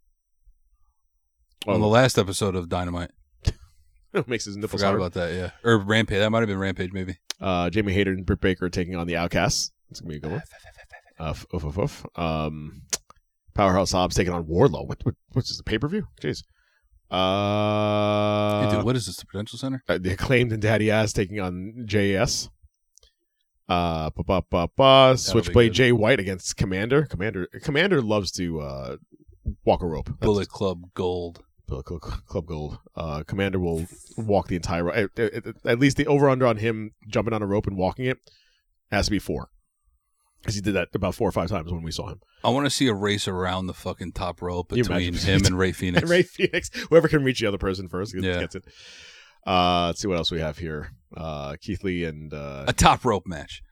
A: Oh.
B: on the last episode of Dynamite.
A: makes his nipples
B: Oh, Forgot
A: hard.
B: about that, yeah. Or Rampage. That might have been Rampage, maybe.
A: Uh, Jamie Hayter and Britt Baker taking on the Outcasts. It's gonna be a good one. Uh, f- oof, oof, oof. Um, Powerhouse Hobbs taking on Warlow. What, what what's this? A pay per view? Jeez.
B: Hey,
A: Uh,
B: dude, what is this? The Prudential Center?
A: uh, the acclaimed and Daddy Ass taking on JS. Uh, ba ba ba ba. Switchblade
B: good.
A: Jay White against Commander. Commander Commander loves to uh, walk a rope. That's-
B: Bullet Club Gold.
A: Bullet Club, Club Gold. Uh, Commander will walk the entire ro- at, at, at least the over under on him jumping on a rope and walking it has to be four because he did that about four or five times when we saw him.
B: I want to see a race around the fucking top rope
A: You
B: between
A: imagine-
B: him and Ray Phoenix.
A: And Ray Phoenix, whoever can reach the other person first gets,
B: Yeah.
A: gets it. Uh, let's see what else we have here. Uh, Keith Lee and uh,
B: a top rope match.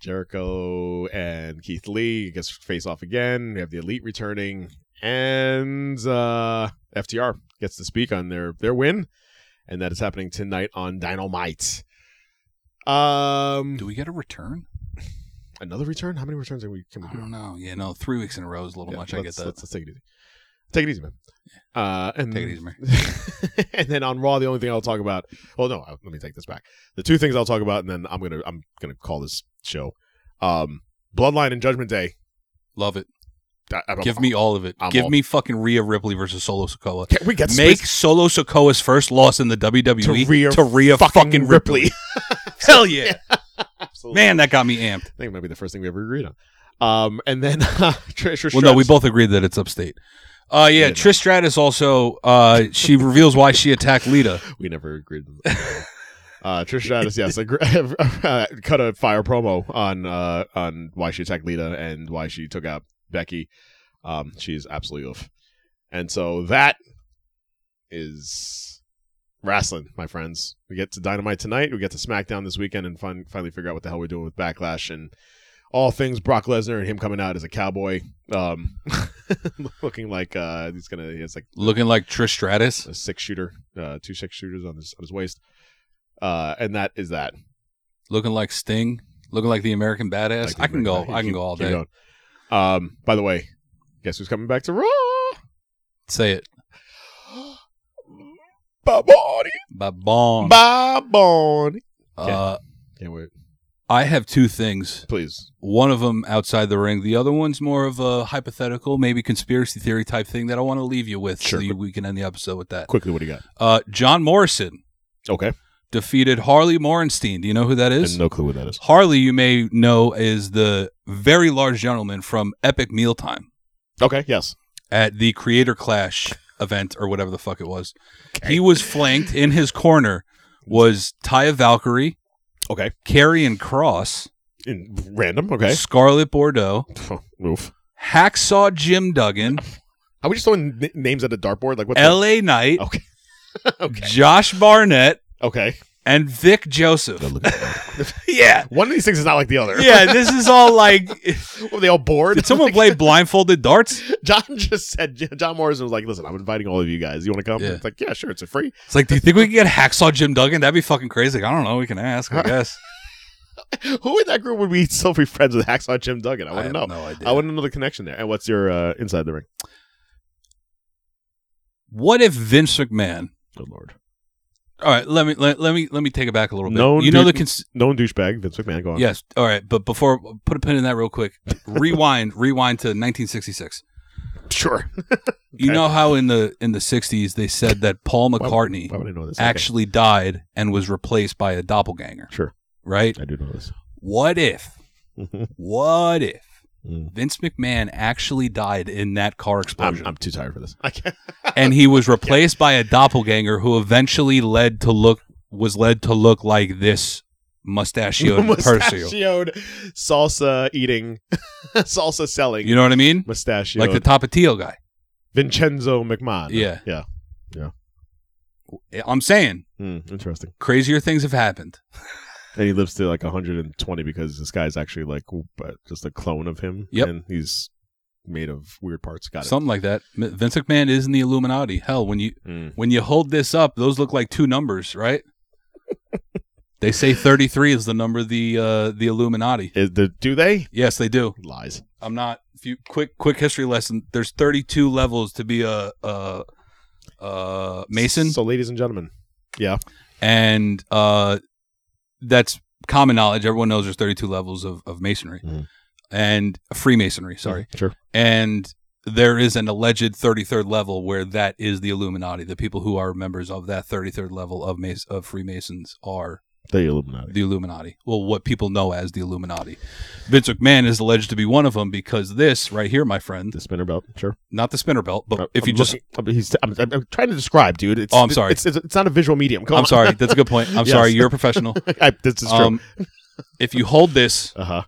A: Jericho and Keith Lee gets face off again. We have the Elite returning, and uh, FTR gets to speak on their their win, and that is happening tonight on Dynamite. Um,
B: Do we get a return?
A: another return? How many returns can we can we
B: I
A: do?
B: don't know. Yeah, no, three weeks in a row is a
A: Mm-hmm.
B: little
A: Yeah,
B: much. I get
A: let's-
B: that.
A: Let's, let's take it easy. Take it easy, man. Uh, and
B: Take it easy, man.
A: and then on Raw, the only thing I'll talk about. Well, no, I- let me take this back. The two things I'll talk about, and then I'm gonna I'm gonna call this show. Um, Bloodline and Judgment Day.
B: Love it.
A: I- I'm-
B: Give me all of it.
A: I'm
B: Give
A: all-
B: me fucking Rhea Ripley versus Solo Sokoa.
A: Can we get
B: Make
A: space
B: Solo Sokoa's first loss in the WWE
A: to Rhea,
B: fucking, Ripley. Hell yeah.
A: Absolutely.
B: Man, that got me amped.
A: I think it might be the first thing we ever agreed on. Um, and then uh, Trish Stratus.
B: Well, no, we both agreed that it's upstate. Uh, yeah,
A: Yeah, no.
B: Trish Stratus also, uh, she reveals why she attacked Lita.
A: we never agreed. on that. Uh, Trish Stratus, yes, agre- uh, cut a fire promo on uh, on why she attacked Lita and why she took out Becky. Um, she's absolutely oof. And so that is wrestling, my friends. We get to Dynamite tonight. We get to SmackDown this weekend, and fin- finally figure out what the hell we're doing with Backlash and all things Brock Lesnar and him coming out as a cowboy, um, looking like uh, he's gonna he has like
B: Looking like Trish Stratus.
A: a six shooter, uh, two six shooters on his on his waist, uh, and that is that.
B: Looking like Sting. Looking like the American
A: Like,
B: Badass. I can go.
A: keep-
B: I can go all
A: keep
B: day.
A: going. Um, by the way, guess who's coming back to Raw?
B: Say it.
A: Bob Bonnie.
B: By bomb.
A: Bob Bonnie.
B: Uh,
A: Can't wait.
B: I have two things.
A: Please.
B: One of them outside the ring. The other one's more of a hypothetical, maybe conspiracy theory type thing that I want to leave you with.
A: Sure.
B: So you, we can end the episode with that.
A: Quickly, what do you got?
B: Uh, John Morrison
A: Okay.
B: defeated Harley Morenstein. Do you know who that is?
A: And no clue what that is.
B: Harley, you may know, is the very large gentleman from Epic Mealtime
A: Okay. Yes.
B: at the Creator Clash event or whatever the fuck it was. He was flanked in his corner was Taya Valkyrie,
A: Okay.
B: Carrion Cross,
A: In random. Okay.
B: Scarlet Bordeaux,
A: Oof.
B: Hacksaw Jim Duggan,
A: Are we just throwing n- names at a dartboard? Like what? the-
B: L.A. Knight,
A: Okay.
B: Josh Barnett,
A: Okay.
B: and Vic Joseph.
A: yeah. One of these things is not like the other.
B: Yeah, this is all like.
A: Were they all bored?
B: Did someone play blindfolded darts?
A: John just said. John Morrison was like, "Listen, I'm inviting all of you guys. You want to come?"
B: Yeah.
A: It's like, "Yeah, sure. It's a free."
B: It's like, do you think we can get Hacksaw Jim Duggan? That'd be fucking crazy. I don't know. We can ask, I guess.
A: Who in that group would we still be friends with Hacksaw Jim Duggan? I want to
B: have
A: know.
B: no idea.
A: I want to know the connection there. And what's your uh, inside the ring?
B: What if Vince McMahon?
A: Good lord.
B: All right, let me let, let me let me take it back a little bit.
A: Known
B: you know the
A: dude-
B: cons-
A: Known douchebag, Vince McMahon. Go on.
B: yes. All right, but before put a pin in that real quick. rewind, rewind to 1966.
A: Sure.
B: You know how in the in the 60s they said that Paul McCartney
A: Why would I know this? Okay.
B: actually died and was replaced by a doppelganger,
A: Sure.
B: right?
A: I do know this.
B: What if? What if
A: Mm.
B: Vince McMahon actually died in that car explosion?
A: I'm, I'm too tired for this. I can't.
B: and he was replaced by a doppelganger who eventually led to look was led to look like this mustachioed Persio.
A: Mustachioed, salsa eating, salsa selling,
B: You know what I mean?
A: mustachioed,
B: Like the Tapatio guy.
A: Vincenzo McMahon.
B: Yeah.
A: Yeah.
B: I'm saying
A: Mm, interesting.
B: crazier things have happened.
A: And he lives to like 120 because this guy's actually like w- uh, just a clone of him.
B: Yep.
A: And he's made of weird parts. Got it.
B: Something like that. M- Vince McMahon is in the Illuminati. Hell, when you
A: Mm.
B: when you hold this up, those look like two numbers, right? they say 33 is the number of the uh, the Illuminati.
A: Is the, do they?
B: Yes, they do.
A: Lies.
B: I'm not. If you quick quick history lesson, there's 32 levels to be a a, a Mason.
A: So, ladies and gentlemen, yeah,
B: and uh, that's common knowledge. Everyone knows there's 32 levels of, of masonry
A: Mhm.
B: and Freemasonry. Sorry,
A: Uh, sure.
B: and there is an alleged 33rd level where that is the Illuminati. The people who are members of that 33rd level of Mas- of Freemasons are
A: The Illuminati.
B: the Illuminati. Well, what people know as the Illuminati. Vince McMahon is alleged to be one of them because this right here, my friend,
A: The spinner belt, sure.
B: not the spinner belt, but
A: Oh, I'm-
B: if you
A: I'm
B: just,
A: looking- I'm, he's, I'm, I'm- I'm trying to describe, dude. It's,
B: Oh, I'm sorry.
A: It's, it's, it's not a visual medium. Come
B: I'm
A: on.
B: sorry, that's a good point. I'm
A: Yes.
B: sorry, you're a professional.
A: I, this is true.
B: Um, if you hold this
A: uh huh.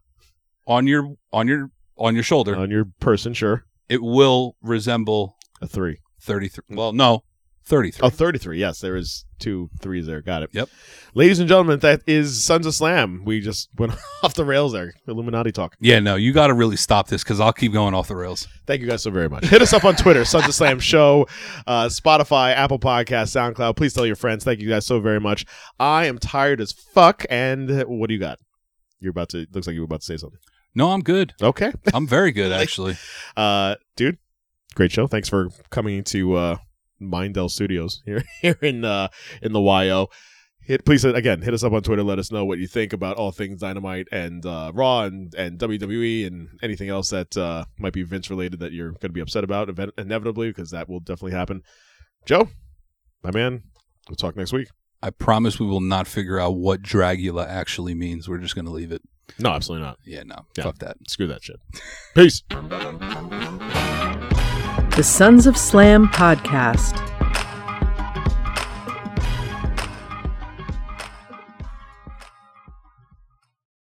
B: on your on your on your shoulder,
A: On your person, sure.
B: it will resemble
A: A three.
B: 33. Well, no, 33.
A: Oh, 33. Yes, there is two threes there. Got it.
B: Yep.
A: Ladies and gentlemen, that is Sons of Slam. We just went off the rails there. Illuminati talk.
B: Yeah, no, you got to really stop this because I'll keep going off the rails.
A: Thank you guys so very much. Hit us up on Twitter, Sons of Slam Show, uh, Spotify, Apple Podcast, SoundCloud. Please tell your friends. Thank you guys so very much. I am tired as fuck. And what do you got? You're about to. Looks like you were about to say something.
B: No, I'm good.
A: Okay,
B: I'm very good, actually.
A: uh, dude. Great show. Thanks for coming to uh, Mindell Studios here here in uh, in the YO. Hit, please uh, again hit us up on Twitter. Let us know what you think about all things Dynamite and uh, Raw and, and WWE and anything else that uh, might be Vince related that you're going to be upset about event- inevitably because that will definitely happen. Joe, my man, we'll talk next week.
B: I promise we will not figure out what Dragula actually means. We're just going to leave it.
A: No, absolutely not.
B: Yeah, no,
A: Yeah.
B: fuck that.
A: Screw that shit. Peace.
D: The Sons of Slam podcast